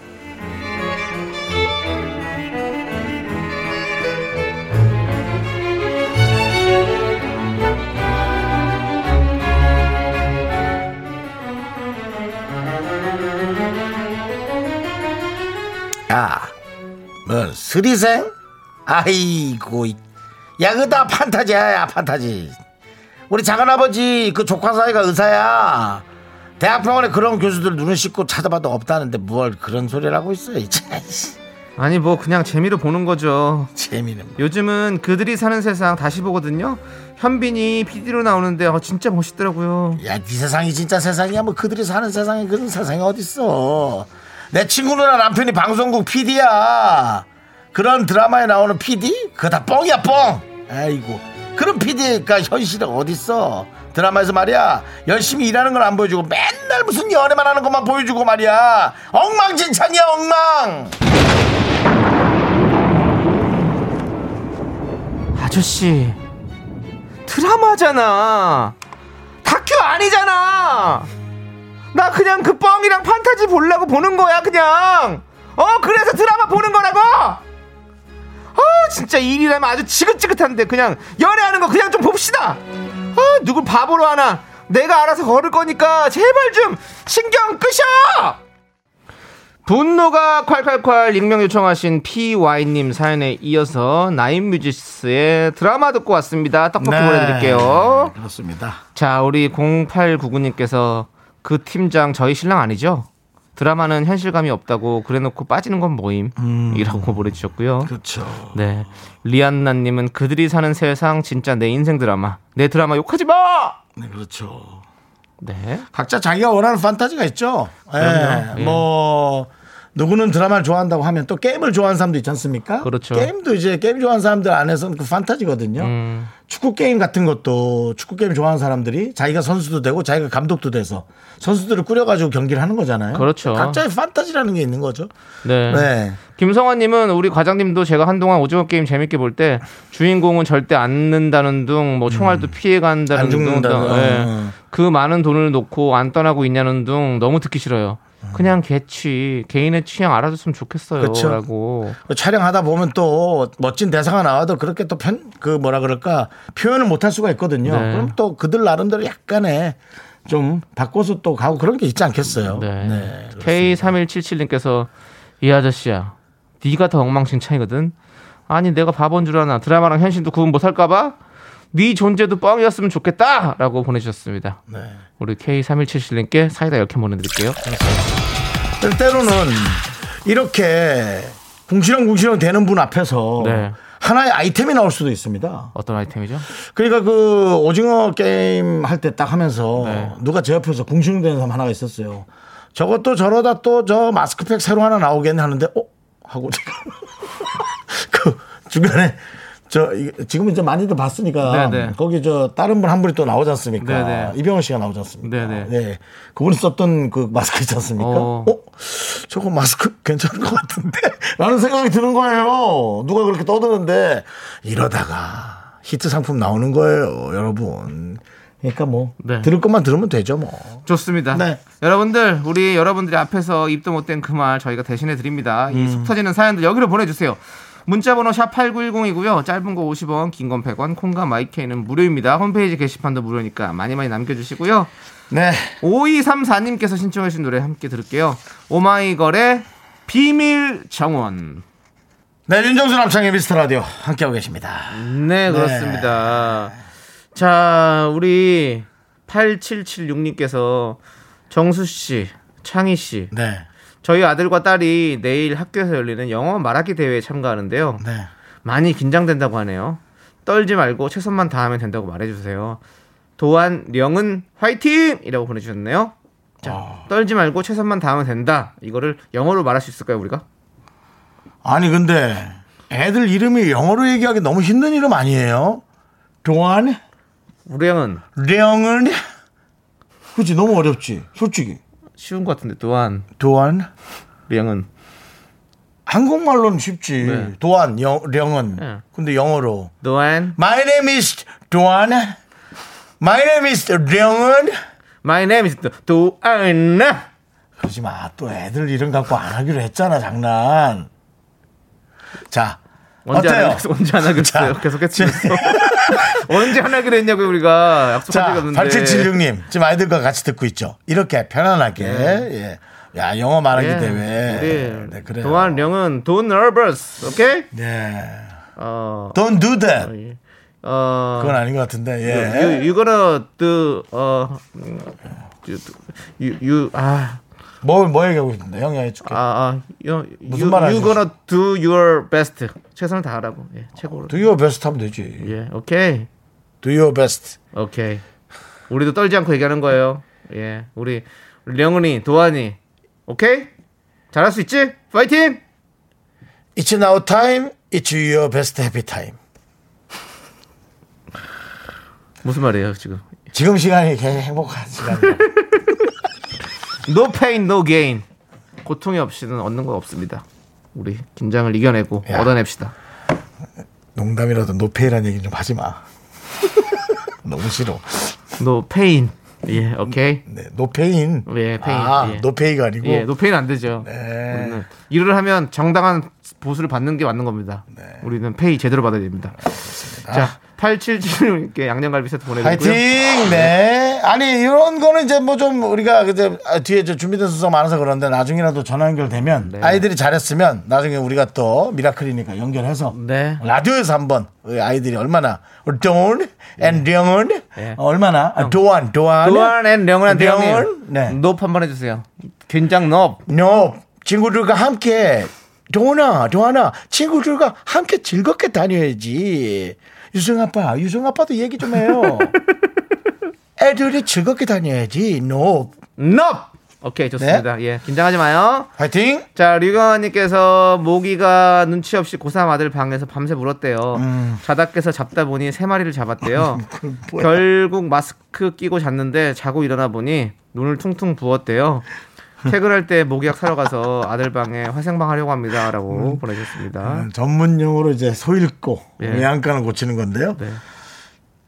Speaker 2: 야, 뭐 스리생? 아이고, 이- 야 그다 판타지야, 야, 판타지. 우리 작은 아버지 그 조카 사이가 의사야. 대학병원에 그런 교수들 눈을 씻고 찾아봐도 없다는데 뭘 그런 소리를 하고 있어? 이 참, 씨,
Speaker 3: 아니 뭐 그냥 재미로 보는 거죠.
Speaker 2: 재미는. 뭐.
Speaker 3: 요즘은 그들이 사는 세상 다시 보거든요. 현빈이 PD로 나오는데 어, 진짜 멋있더라고요.
Speaker 2: 야, 네 세상이 진짜 세상이야. 뭐 그들이 사는 세상에 그런 세상이 어딨어. 내 친구 누나 남편이 방송국 PD야. 그런 드라마에 나오는 PD? 그거 다 뻥이야, 뻥. 아이고. 그런 PD가 현실에 어딨어. 드라마에서 말이야. 열심히 일하는 걸 안 보여주고 맨날 무슨 연애만 하는 것만 보여주고 말이야. 엉망진창이야, 엉망.
Speaker 3: 아저씨 드라마잖아 다큐 아니잖아 나 그냥 그 뻥이랑 판타지 보려고 보는 거야 그냥 어 그래서 드라마 보는 거라고 어 진짜 일이라면 아주 지긋지긋한데 그냥 연애하는 거 그냥 좀 봅시다 어 누굴 바보로 하나 내가 알아서 걸을 거니까 제발 좀 신경 끄셔 분노가 콸콸콸 익명 요청하신 PY님 사연에 이어서 나인뮤지스의 드라마 듣고 왔습니다. 떡볶이 보내드릴게요.
Speaker 2: 그렇습니다.
Speaker 3: 자, 우리 0899님께서 그 팀장 저희 신랑 아니죠? 드라마는 현실감이 없다고 그래놓고 빠지는 건 뭐임? 이라고 보내주셨고요.
Speaker 2: 그렇죠.
Speaker 3: 네. 리안나님은 그들이 사는 세상 진짜 내 인생 드라마. 내 드라마 욕하지 마!
Speaker 2: 네, 그렇죠.
Speaker 3: 네.
Speaker 2: 각자 자기가 원하는 판타지가 있죠. 예,
Speaker 3: 예.
Speaker 2: 뭐 누구는 드라마를 좋아한다고 하면 또 게임을 좋아하는 사람도 있지 않습니까?
Speaker 3: 그렇죠.
Speaker 2: 게임도 이제 게임 좋아하는 사람들 안에서는 그 판타지거든요.
Speaker 3: 음,
Speaker 2: 축구 게임 같은 것도 축구 게임 좋아하는 사람들이 자기가 선수도 되고 자기가 감독도 돼서 선수들을 꾸려가지고 경기를 하는 거잖아요.
Speaker 3: 그렇죠.
Speaker 2: 각자의 판타지라는 게 있는 거죠.
Speaker 3: 네.
Speaker 2: 네.
Speaker 3: 김성환님은 우리 과장님도 제가 한동안 오징어 게임 재밌게 볼 때 주인공은 절대 안는다는 둥, 뭐 총알도 피해
Speaker 2: 음.
Speaker 3: 간다는
Speaker 2: 안
Speaker 3: 둥,
Speaker 2: 죽는다는
Speaker 3: 등,
Speaker 2: 둥.
Speaker 3: 예.
Speaker 2: 어.
Speaker 3: 그 많은 돈을 놓고 안 떠나고 있냐는 둥 너무 듣기 싫어요. 그냥 개취 개인의 취향 알아줬으면
Speaker 2: 그쵸.
Speaker 3: 좋겠어요라고.
Speaker 2: 그 촬영하다 보면 또 멋진 대사가 나와도 그렇게 또 편, 그 뭐라 그럴까 표현을 못 할 수가 있거든요.
Speaker 3: 네.
Speaker 2: 그럼 또 그들 나름대로 약간의 좀 바꿔서 또 가고 그런 게 있지 않겠어요.
Speaker 3: 네.
Speaker 2: 네.
Speaker 3: K3177님께서 이 아저씨야, 네가 더 엉망진창이거든. 아니 내가 바본 줄 아나 드라마랑 현실도 구분 못 할까봐. 네 존재도 뻥이었으면 좋겠다라고 보내주셨습니다.
Speaker 2: 네.
Speaker 3: 우리 K3177님께 사이다 10캔 보내드릴게요.
Speaker 2: 때- 때로는 이렇게 궁시렁궁시렁 되는 분 앞에서
Speaker 3: 네.
Speaker 2: 하나의 아이템이 나올 수도 있습니다.
Speaker 3: 어떤 아이템이죠?
Speaker 2: 그러니까 그 오징어 게임 할 때 딱 하면서
Speaker 3: 네.
Speaker 2: 누가 제 옆에서 궁시렁대는 사람 하나가 있었어요. 저것도 저러다 또 저 마스크팩 새로 하나 나오겠네 하는데 어 하고 제가 그 중간에 저 이게 지금 이제 많이들 봤으니까
Speaker 3: 네, 네.
Speaker 2: 거기 저 다른 분 한 분이 또 나오지 않습니까?
Speaker 3: 네, 네.
Speaker 2: 이병헌 씨가 나오지 않습니까?
Speaker 3: 네, 네.
Speaker 2: 그분이 썼던 그 마스크 있지 않습니까?
Speaker 3: 어.
Speaker 2: 어? 저거 마스크 괜찮은 것 같은데? 라는 생각이 드는 거예요. 누가 그렇게 떠드는데. 이러다가 히트 상품 나오는 거예요, 여러분. 그러니까 뭐,
Speaker 3: 네.
Speaker 2: 들을 것만 들으면 되죠, 뭐.
Speaker 3: 좋습니다.
Speaker 2: 네.
Speaker 3: 여러분들 우리 여러분들이 앞에서 입도 못된 그 말 저희가 대신해 드립니다. 이 속 터지는 사연들 여기로 보내주세요. 문자번호 샵 8910이고요. 짧은 거 50원, 긴 건 100원, 콩과 마이케이는 무료입니다. 홈페이지 게시판도 무료니까 많이 많이 남겨주시고요.
Speaker 2: 네.
Speaker 3: 5234님께서 신청해 주신 노래 함께 들을게요. 오마이걸의 비밀 정원.
Speaker 2: 네, 윤정수 남창의 미스터 라디오 함께하고 계십니다.
Speaker 3: 네, 그렇습니다. 자, 우리 8776님께서 정수 씨, 창희 씨,
Speaker 2: 네.
Speaker 3: 저희 아들과 딸이 내일 학교에서 열리는 영어 말하기 대회에 참가하는데요.
Speaker 2: 네.
Speaker 3: 많이 긴장된다고 하네요. 떨지 말고 최선만 다하면 된다고 말해주세요. 도한 령은 화이팅! 이라고 보내주셨네요. 자,
Speaker 2: 아.
Speaker 3: 떨지 말고 최선만 다하면 된다. 이거를 영어로 말할 수 있을까요, 우리가?
Speaker 2: 아니, 근데 애들 이름이 영어로 얘기하기 너무 힘든 이름 아니에요? 동안?
Speaker 3: 우리 형은
Speaker 2: 령은? 그지 너무 어렵지, 솔직히.
Speaker 3: 쉬운 것 같은데, 도한,
Speaker 2: 도안?
Speaker 3: 우리 형은.
Speaker 2: 한국말로는 쉽지.
Speaker 3: 네.
Speaker 2: 도안, 영, 령은.
Speaker 3: 네.
Speaker 2: 근데 영어로.
Speaker 3: 도한,
Speaker 2: My name is 도안. My name is 령은.
Speaker 3: my name is 도한.
Speaker 2: 그러지 마. 또 애들 이름 갖고 안 하기로 했잖아, 장난. 자.
Speaker 3: 언제 안
Speaker 2: 어때요?
Speaker 3: 하기로, 언제 안 하기로
Speaker 2: 자,
Speaker 3: 했어요? 계속 했지. 언제 안 하기로 했냐고요, 우리가. 약속한
Speaker 2: 자,
Speaker 3: 적이 없는데.
Speaker 2: 8776님. 지금 아이들과 같이 듣고 있죠. 이렇게 편안하게. 예. 야, 영어 말하기
Speaker 3: 예,
Speaker 2: 대회.
Speaker 3: 네. 우리
Speaker 2: 네, 그래요.
Speaker 3: 도한 령은 돈 nervous, 오케이?
Speaker 2: 네.
Speaker 3: 어,
Speaker 2: Don't do that.
Speaker 3: 어,
Speaker 2: 그건 아닌 것 같은데. 예.
Speaker 3: you, you gonna do, 어, you, you, you 아,
Speaker 2: 뭐, 뭐 얘기하고 싶은데. 형이 해줄게.
Speaker 3: 아, 아, you,
Speaker 2: 무슨
Speaker 3: you,
Speaker 2: 말 하시는
Speaker 3: you gonna do your best. 최선을 다하라고. 예, 최고로.
Speaker 2: Do your best 하면 되지.
Speaker 3: 예, 오케이,
Speaker 2: Do your best.
Speaker 3: 오케이. 우리도 떨지 않고 얘기하는 거예요. 예, 우리 령은이, 도한이, 오케이? 잘할 수 있지? 파이팅!
Speaker 2: It's now time. It's your best happy time.
Speaker 3: 무슨 말이에요 지금?
Speaker 2: 지금 시간이 굉장히 행복한 시간이에요.
Speaker 3: No pain, no gain. 고통이 없이는 얻는 거 없습니다. 우리 긴장을 이겨내고
Speaker 2: 야.
Speaker 3: 얻어냅시다.
Speaker 2: 농담이라도 노페이란 얘기 좀 하지 마. 너무 싫어.
Speaker 3: No pain. 예, 오케이.
Speaker 2: 네, 노페인.
Speaker 3: 예, 페인,
Speaker 2: 아,
Speaker 3: 예.
Speaker 2: 노페이가 아니고.
Speaker 3: 예, no pain 안 되죠.
Speaker 2: 네.
Speaker 3: 우리는 일을 하면 정당한 보수를 받는 게 맞는 겁니다.
Speaker 2: 네.
Speaker 3: 우리는 페이 제대로 받아야 됩니다. 자, 8776님께 양념갈비 세트
Speaker 2: 파이팅!
Speaker 3: 보내드리고요.
Speaker 2: 네. 아니, 이런 거는 이제 뭐 좀 우리가 이제 뒤에 저 준비된 순서 많아서 그런데 나중이라도 전화 연결되면
Speaker 3: 네.
Speaker 2: 아이들이 잘했으면 나중에 우리가 또 미라클이니까 연결해서
Speaker 3: 네.
Speaker 2: 라디오에서 한번 우리 아이들이 얼마나 돈 and 령은
Speaker 3: 네.
Speaker 2: 얼마나 아, 도안 도안
Speaker 3: 노안 앤 령은
Speaker 2: 령은?
Speaker 3: 령은
Speaker 2: 네.
Speaker 3: 노 한번 해주세요. 된장 넣어.
Speaker 2: No. 친구들과 함께 동원아, 동원아, 친구들과 함께 즐겁게 다녀야지. 유승 아빠, 유승 아빠도 얘기 좀 해요. 애들이 즐겁게 다녀야지. No.
Speaker 3: 넙! 오케이, 좋습니다.
Speaker 2: 네.
Speaker 3: 예, 긴장하지 마요.
Speaker 2: 화이팅.
Speaker 3: 자, 류경아님께서 모기가 눈치 없이 고3 아들 방에서 밤새 물었대요. 자다 깨서 잡다 보니 세 마리를 잡았대요.
Speaker 2: 음. 뭐야.
Speaker 3: 결국 마스크 끼고 잤는데 자고 일어나 보니 눈을 퉁퉁 부었대요. 퇴근할 때 모기약 사러 가서 아들 방에 화생방 하려고 합니다라고
Speaker 2: 음.
Speaker 3: 보내셨습니다.
Speaker 2: 어? 전문 용어로 이제 소잃고
Speaker 3: 예.
Speaker 2: 외양간을 고치는 건데요.
Speaker 3: 네.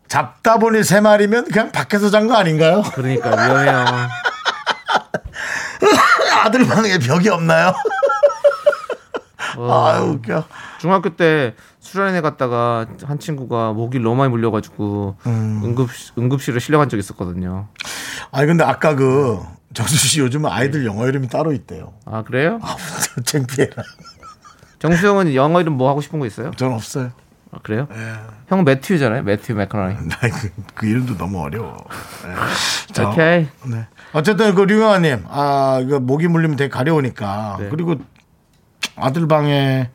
Speaker 2: 잡다 보니 세 마리면 그냥 밖에서 잔 거 아닌가요?
Speaker 3: 그러니까 위험해요.
Speaker 2: 아들 방에 벽이 없나요?
Speaker 3: 어,
Speaker 2: 아유 웃겨.
Speaker 3: 중학교 때 수련회 갔다가 한 친구가 모기 너무 많이 물려가지고
Speaker 2: 음.
Speaker 3: 응급 응급실에 실려간 적이 있었거든요.
Speaker 2: 아니 근데 아까 그 정수 씨 요즘
Speaker 3: 네.
Speaker 2: 아이들 영어 이름이 따로 있대요.
Speaker 3: 아 그래요?
Speaker 2: 아우 저 창피해라.
Speaker 3: 정수 형은 영어 이름 뭐 하고 싶은 거 있어요?
Speaker 2: 전 없어요.
Speaker 3: 아, 그래요?
Speaker 2: 예.
Speaker 3: 형 매튜잖아요. 매튜 맥커너니.
Speaker 2: 나그 그 이름도 너무 어려워. 네. 자,
Speaker 3: 오케이.
Speaker 2: 네. 어쨌든 그 류영아님, 아, 이거 모기 물리면 되게 가려우니까.
Speaker 3: 네.
Speaker 2: 그리고 아들 방에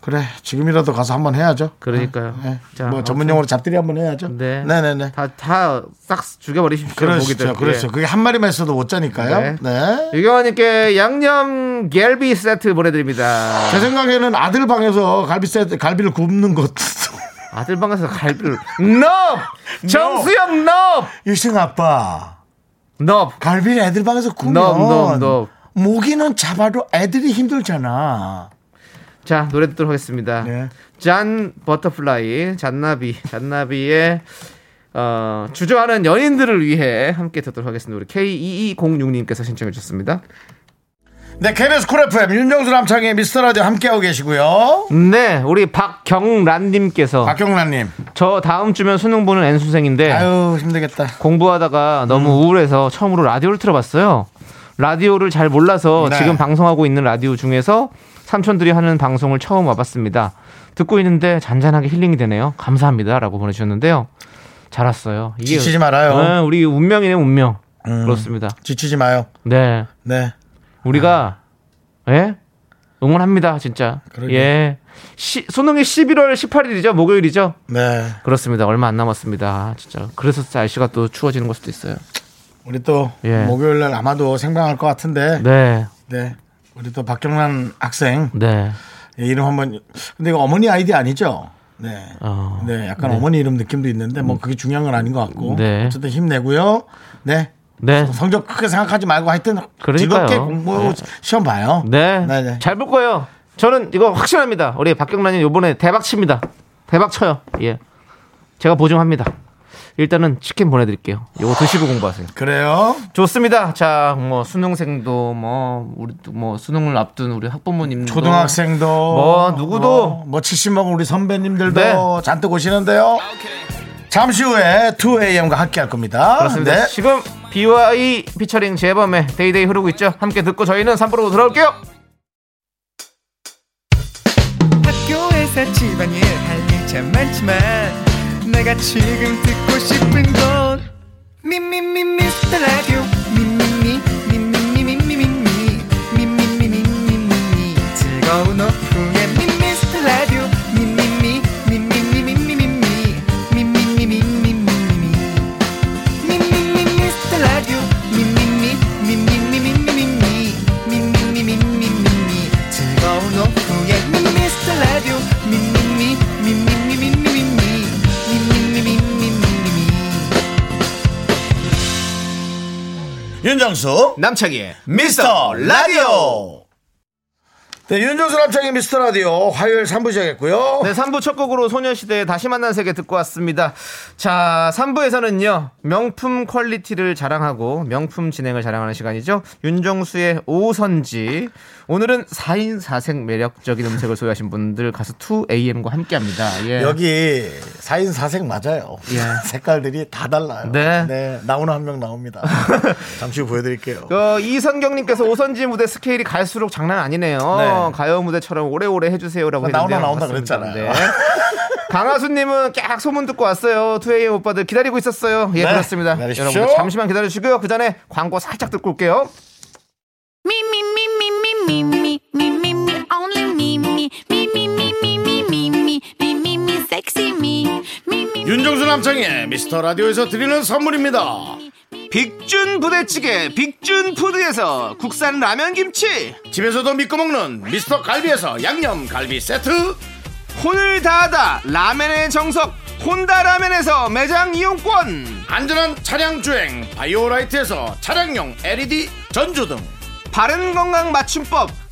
Speaker 2: 그래 지금이라도 가서 한번 해야죠.
Speaker 3: 그러니까요.
Speaker 2: 네.
Speaker 3: 자,
Speaker 2: 뭐
Speaker 3: 아무튼.
Speaker 2: 전문 용어로 잡들이 한번 해야죠.
Speaker 3: 네.
Speaker 2: 네, 네, 네.
Speaker 3: 다다싹 죽여버리십시오.
Speaker 2: 그렇죠, 그렇죠. 그게 한 마리만 있어도 못 자니까요.
Speaker 3: 네.
Speaker 2: 네.
Speaker 3: 유경아님께 양념 갤비 세트 보내드립니다.
Speaker 2: 제 생각에는 아들 방에서 갈비 세 갈비를 굽는 것도
Speaker 3: 아들 방에서 갈비를 넙 정수영 넙
Speaker 2: 유승 아빠
Speaker 3: 넙.
Speaker 2: 갈비를 애들 방에서 굽면
Speaker 3: 넘, 넘, 넘.
Speaker 2: 모기는 잡아도 애들이 힘들잖아.
Speaker 3: 자 노래 듣도록 하겠습니다.
Speaker 2: 네.
Speaker 3: 잔 버터플라이 잔나비 잔나비의 어, 주저하는 연인들을 위해 함께 듣도록 하겠습니다. 우리 K2206님께서 신청해 주셨습니다.
Speaker 2: 네, KBS 쿨 FM 윤정수 남창의 미스터 라디오 함께하고 계시고요.
Speaker 3: 네, 우리 박경란님께서
Speaker 2: 박경란님,
Speaker 3: 저 다음 주면 수능 보는 N 수생인데
Speaker 2: 아유 힘들겠다.
Speaker 3: 공부하다가 너무 우울해서 처음으로 라디오를 틀어봤어요. 라디오를 잘 몰라서
Speaker 2: 네.
Speaker 3: 지금 방송하고 있는 라디오 중에서 삼촌들이 하는 방송을 처음 와봤습니다. 듣고 있는데 잔잔하게 힐링이 되네요. 감사합니다라고 보내주셨는데요. 잘 왔어요. 이게
Speaker 2: 지치지 말아요. 음.
Speaker 3: 네, 우리 운명이네 운명. 그렇습니다.
Speaker 2: 지치지 마요.
Speaker 3: 네,
Speaker 2: 네,
Speaker 3: 우리가 예 응원합니다 진짜.
Speaker 2: 음. 그러게요.
Speaker 3: 예, 시- 수능이 11월 18일이죠 목요일이죠.
Speaker 2: 네.
Speaker 3: 그렇습니다. 얼마 안 남았습니다. 진짜. 그래서 날씨가 또 추워지는 걸 수도 있어요.
Speaker 2: 우리 또
Speaker 3: 예.
Speaker 2: 목요일 날 아마도 생방할 것 같은데, 네.
Speaker 3: 네.
Speaker 2: 우리 또 박경란 학생 예,
Speaker 3: 네.
Speaker 2: 이름 한번. 근데 이거 어머니 아이디 아니죠? 네.
Speaker 3: 어.
Speaker 2: 네, 약간 어머니 이름 느낌도 있는데 뭐 그게 중요한 건 아닌 것 같고.
Speaker 3: 음. 네.
Speaker 2: 어쨌든 힘내고요. 네.
Speaker 3: 네.
Speaker 2: 성적 크게 생각하지 말고 하여튼
Speaker 3: 그러니까요.
Speaker 2: 즐겁게 공부 시험 봐요.
Speaker 3: 네.
Speaker 2: 네, 네.
Speaker 3: 잘 볼 거예요. 저는 이거 확신합니다. 우리 박경란님 요번에 대박 칩니다. 대박 쳐요. 예. 제가 보증합니다. 일단은 치킨 보내드릴게요. 요거 드시고 공부하세요.
Speaker 2: 그래요.
Speaker 3: 뭐, 좋습니다. 자, 뭐 수능생도 뭐 우리 뭐 수능을 앞둔 우리 학부모님도
Speaker 2: 초등학생도
Speaker 3: 뭐, 누구도.
Speaker 2: 뭐, 뭐 70먹은 우리 선배님들도
Speaker 3: 네.
Speaker 2: 잔뜩 오시는데요. 잠시 후에 2AM과 함께 할 겁니다.
Speaker 3: 그렇습니다.
Speaker 2: 네.
Speaker 3: 지금 BY 피처링 재범의 데이데이 흐르고 있죠. 함께 듣고 저희는 3부로 돌아올게요.
Speaker 5: 학교에서 집안일 할 일 참 많지만 내가 지금 듣고 싶은 건 미미미 미스터 라디오 미미미 미미미 미미미 미미미 미미미 즐거운 오후에 미스터 라디오 미미미 미미미 미미미 미미미 미미미
Speaker 2: 윤정수
Speaker 3: 남창희의
Speaker 2: 미스터 라디오. 네, 윤정수 남창의 미스터 라디오 화요일 3부 시작했고요.
Speaker 3: 네, 3부 첫 곡으로 소녀시대의 다시 만난 세계 듣고 왔습니다. 자, 3부에서는요, 명품 퀄리티를 자랑하고 명품 진행을 자랑하는 시간이죠. 윤정수의 오선지. 오늘은 4인 4색 매력적인 음색을 소유하신 분들 가수 2AM과 함께 합니다. 예.
Speaker 2: 여기 4인 4색 맞아요.
Speaker 3: 예.
Speaker 2: 색깔들이 다 달라요.
Speaker 3: 네.
Speaker 2: 나오나 한 명 나옵니다. 잠시 후 보여드릴게요.
Speaker 3: 어, 이성경님께서 오선지 무대 스케일이 갈수록 장난 아니네요.
Speaker 2: 네.
Speaker 3: 가요 무대처럼 오래오래 해주세요라고
Speaker 2: 나오나
Speaker 3: 했는데요.
Speaker 2: 나온다
Speaker 3: 맞습니다. 네.
Speaker 2: 그랬잖아요.
Speaker 3: 강하수님은 깍 소문 듣고 왔어요. 투에이 오빠들 기다리고 있었어요. 예
Speaker 2: 네,
Speaker 3: 그렇습니다.
Speaker 2: 기다리십시오.
Speaker 3: 여러분 잠시만 기다려주시고요. 그 전에 광고 살짝 듣고 올게요.
Speaker 4: Me
Speaker 2: 남창의 미스터 라디오에서 드리는 선물입니다.
Speaker 3: 빅준 부대찌개 빅준 푸드에서 국산 라면 김치
Speaker 2: 집에서도 믿고 먹는 미스터 갈비에서 양념 갈비 세트.
Speaker 3: 혼을 다하다 라면의 정석 혼다 라면에서 매장 이용권
Speaker 2: 안전한 차량 주행 바이오라이트에서 차량용 LED 전조등.
Speaker 3: 바른 건강 맞춤법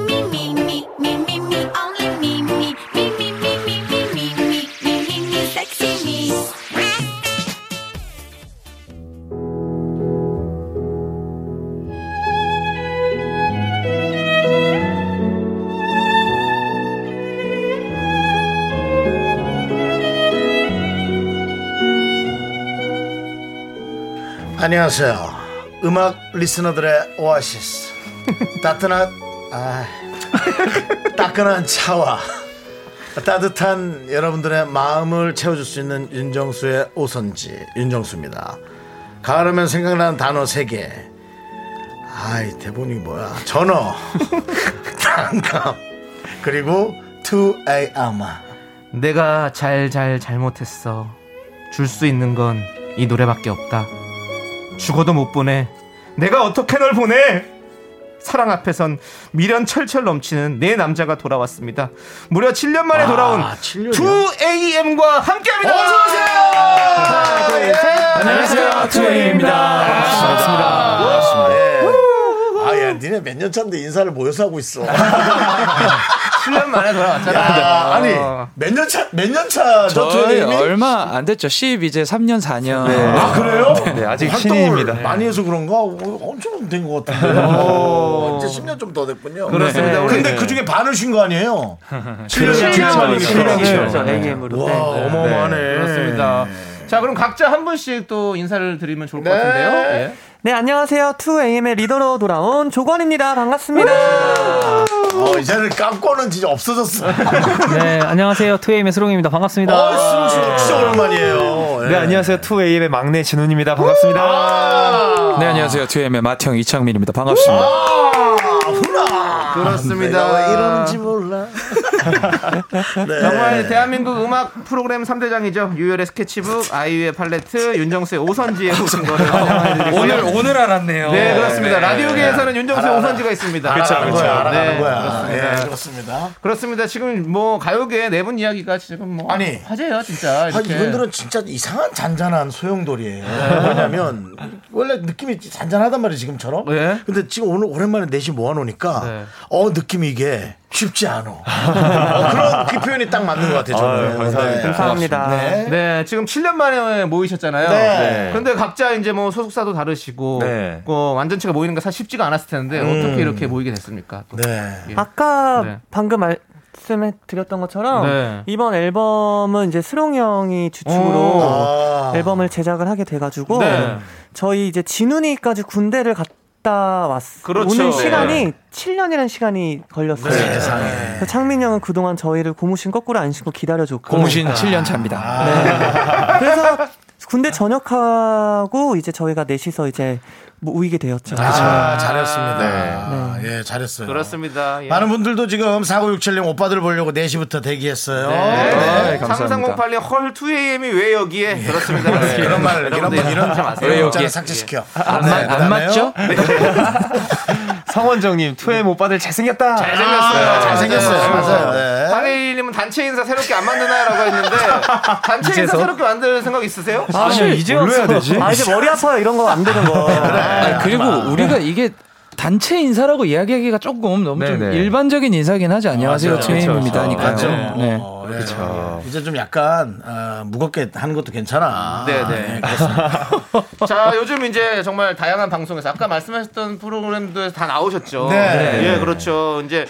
Speaker 4: me, me, me, me, me, me, only me, me. Me, me, me, me, me, me, me, me, me, me, sexy me.
Speaker 2: 안녕하세요. 음악 리스너들의 오아시스. 따뜻한 아, 따끈한 차와 따뜻한 여러분들의 마음을 채워줄 수 있는 윤정수의 오선지 윤정수입니다. 가을하면 생각나는 단어 세 개. 아이 대본이 뭐야? 전어, 단감, 그리고 2AM아.
Speaker 3: 내가 잘 잘 잘못했어. 줄 수 있는 건 이 노래밖에 없다. 죽어도 못 보내. 내가 어떻게 널 보내? 사랑 앞에선 미련 철철 넘치는 내 남자가 돌아왔습니다. 무려 7년 만에 돌아온
Speaker 2: 칠년이요?
Speaker 3: 2AM과 함께합니다. 어서 오세요. 하나, 둘, 셋.
Speaker 6: 안녕하세요, 투에이입니다.
Speaker 2: 반갑습니다. 예. 아, 야, 니네 몇 년 차인데 인사를 모여서 하고 있어.
Speaker 6: 아,
Speaker 3: 7년 만에 돌아왔잖아.
Speaker 2: 야, 아니, 몇 년 차, 몇 년 차죠,
Speaker 6: 어. 저희
Speaker 2: 투애님이?
Speaker 6: 얼마 안 됐죠. 10 이제 3년 4년.
Speaker 2: 아, 그래요?
Speaker 6: 네, 아직
Speaker 2: 활동을
Speaker 6: 신인입니다. 네.
Speaker 2: 많이 해서 그런가? 어, 엄청 된 것 같은데. 어, 이제 10년 좀 더 됐군요.
Speaker 3: 그렇습니다. 우리
Speaker 2: 근데 그 중에 반을 쉰 거 아니에요? 7년,
Speaker 6: 네.
Speaker 2: 와, 어마어마하네.
Speaker 3: 그렇습니다. 자, 그럼 각자 한 분씩 또 인사를 드리면 좋을 것
Speaker 2: 네.
Speaker 3: 같은데요. 예.
Speaker 7: 네, 안녕하세요. 2AM의 리더로 돌아온 조건입니다. 반갑습니다.
Speaker 2: 어, 이제는 깜고는 진짜 없어졌어.
Speaker 7: 네, 안녕하세요. 2AM의 수롱입니다.
Speaker 2: 어, 스무
Speaker 7: 반갑습니다.
Speaker 2: 씨 진짜 오랜만이에요. 예.
Speaker 8: 네, 안녕하세요. 2AM의 막내 진훈입니다. 반갑습니다.
Speaker 6: 네, 안녕하세요. 투엠의 마태형 이창민입니다. 반갑습니다.
Speaker 2: 아, 훈아.
Speaker 3: 그렇습니다.
Speaker 2: 내가 왜 이러는지 몰라. 네.
Speaker 3: 정말 대한민국 음악 프로그램 3대장이죠. 유열의 스케치북, 아이유의 팔레트, 윤정수의 오선지에 오신 거를 환영해드리고요.
Speaker 6: 오늘 오늘 알았네요.
Speaker 3: 네, 그렇습니다.
Speaker 6: 네.
Speaker 3: 라디오계에서는 윤정수의 오선지가 있습니다.
Speaker 2: 알아가는 거야, 알아가는
Speaker 3: 네,
Speaker 2: 거야.
Speaker 3: 그렇습니다.
Speaker 2: 예, 그렇습니다.
Speaker 3: 그렇습니다. 지금 뭐 가요계 네 분 이야기가 지금 뭐
Speaker 2: 아니.
Speaker 3: 화제예요, 진짜.
Speaker 2: 아,
Speaker 3: 이렇게.
Speaker 2: 이분들은 진짜 이상한 잔잔한 소용돌이에요. 왜냐면 원래 느낌이 잔잔하단 말이에요 지금처럼.
Speaker 3: 예.
Speaker 2: 근데 지금 오늘 오랜만에 넷이 모아놓으니까
Speaker 3: 네.
Speaker 2: 어 느낌이 이게 쉽지 않아. 어, 그런 그 표현이 딱 맞는 것 같아요. 저는. 감사합니다.
Speaker 7: 감사합니다.
Speaker 3: 네, 지금 7년 만에 모이셨잖아요.
Speaker 2: 네.
Speaker 3: 그런데 각자 이제 뭐 소속사도 다르시고,
Speaker 8: 네.
Speaker 3: 어, 완전체가 모이는 게 사실 쉽지가 않았을 텐데 어떻게 이렇게 모이게 됐습니까? 또.
Speaker 2: 네.
Speaker 7: 아까
Speaker 3: 네.
Speaker 7: 방금 말씀해 드렸던 것처럼
Speaker 3: 네.
Speaker 7: 이번 앨범은 이제 수롱 형이
Speaker 6: 어.
Speaker 7: 주축으로
Speaker 2: 아,
Speaker 7: 앨범을 제작을 하게 돼가지고
Speaker 9: 아,
Speaker 3: 네.
Speaker 7: 저희 이제 진훈이까지 군대를 갔다 왔어요.
Speaker 3: 그렇죠.
Speaker 8: 예.
Speaker 7: 오늘
Speaker 3: 네.
Speaker 7: 시간이 7년이라는 시간이 걸렸어요.
Speaker 2: 네.
Speaker 8: 네.
Speaker 9: 네.
Speaker 7: 그래서 창민 형은 그동안 저희를 고무신 거꾸로 안 신고 기다려줬고
Speaker 6: 고무신 7년 차입니다.
Speaker 8: 네.
Speaker 7: 그래서 군대 전역하고 이제 저희가 넷이서 이제 모이게 되었죠.
Speaker 2: 아, 잘했습니다. 예, 잘했어요.
Speaker 3: 그렇습니다. 예.
Speaker 2: 많은 분들도 지금 4967님 오빠들 보려고 4시부터 대기했어요.
Speaker 6: 네, 감사합니다.
Speaker 3: 3308님 헐 2AM이 왜 여기에? 그렇습니다.
Speaker 2: 네, 이런 말, 이런 말, 이런
Speaker 3: 하지
Speaker 2: 이런
Speaker 3: 마세요.
Speaker 2: 문자를 삭제시켜.
Speaker 6: 안,
Speaker 2: 네,
Speaker 6: 맞- 안
Speaker 2: 그다음에요.
Speaker 6: 맞죠?
Speaker 8: 성원정님, 2AM 오빠들 잘생겼다.
Speaker 3: 잘생겼어요.
Speaker 2: 아, 잘생겼어요. 맞아요. 네.
Speaker 3: 파리님은 단체 인사 새롭게 안 만드나라고 했는데 단체 인사 새롭게 만들 생각 있으세요?
Speaker 6: 사실 이제
Speaker 8: 뭘로 해야 되지?
Speaker 7: 아 이제 머리 아파요 이런 거 안 되는 거.
Speaker 6: 아니, 그리고 우리가 이게 단체 인사라고 이야기하기가 조금 너무 좀
Speaker 8: 네네.
Speaker 6: 일반적인 인사긴 하지 안녕하세요
Speaker 2: 맞아요.
Speaker 6: 투엠입니다 하니까요.
Speaker 2: 그렇죠, 맞죠.
Speaker 6: 네.
Speaker 2: 어,
Speaker 8: 그렇죠.
Speaker 2: 네. 이제 좀 약간 어, 무겁게 하는 것도 괜찮아.
Speaker 3: 네, 네.
Speaker 2: 그렇습니다.
Speaker 3: 자, 요즘 이제 정말 다양한 방송에서 아까 말씀하셨던 프로그램도 다 나오셨죠.
Speaker 5: 네.
Speaker 3: 예, 그렇죠. 이제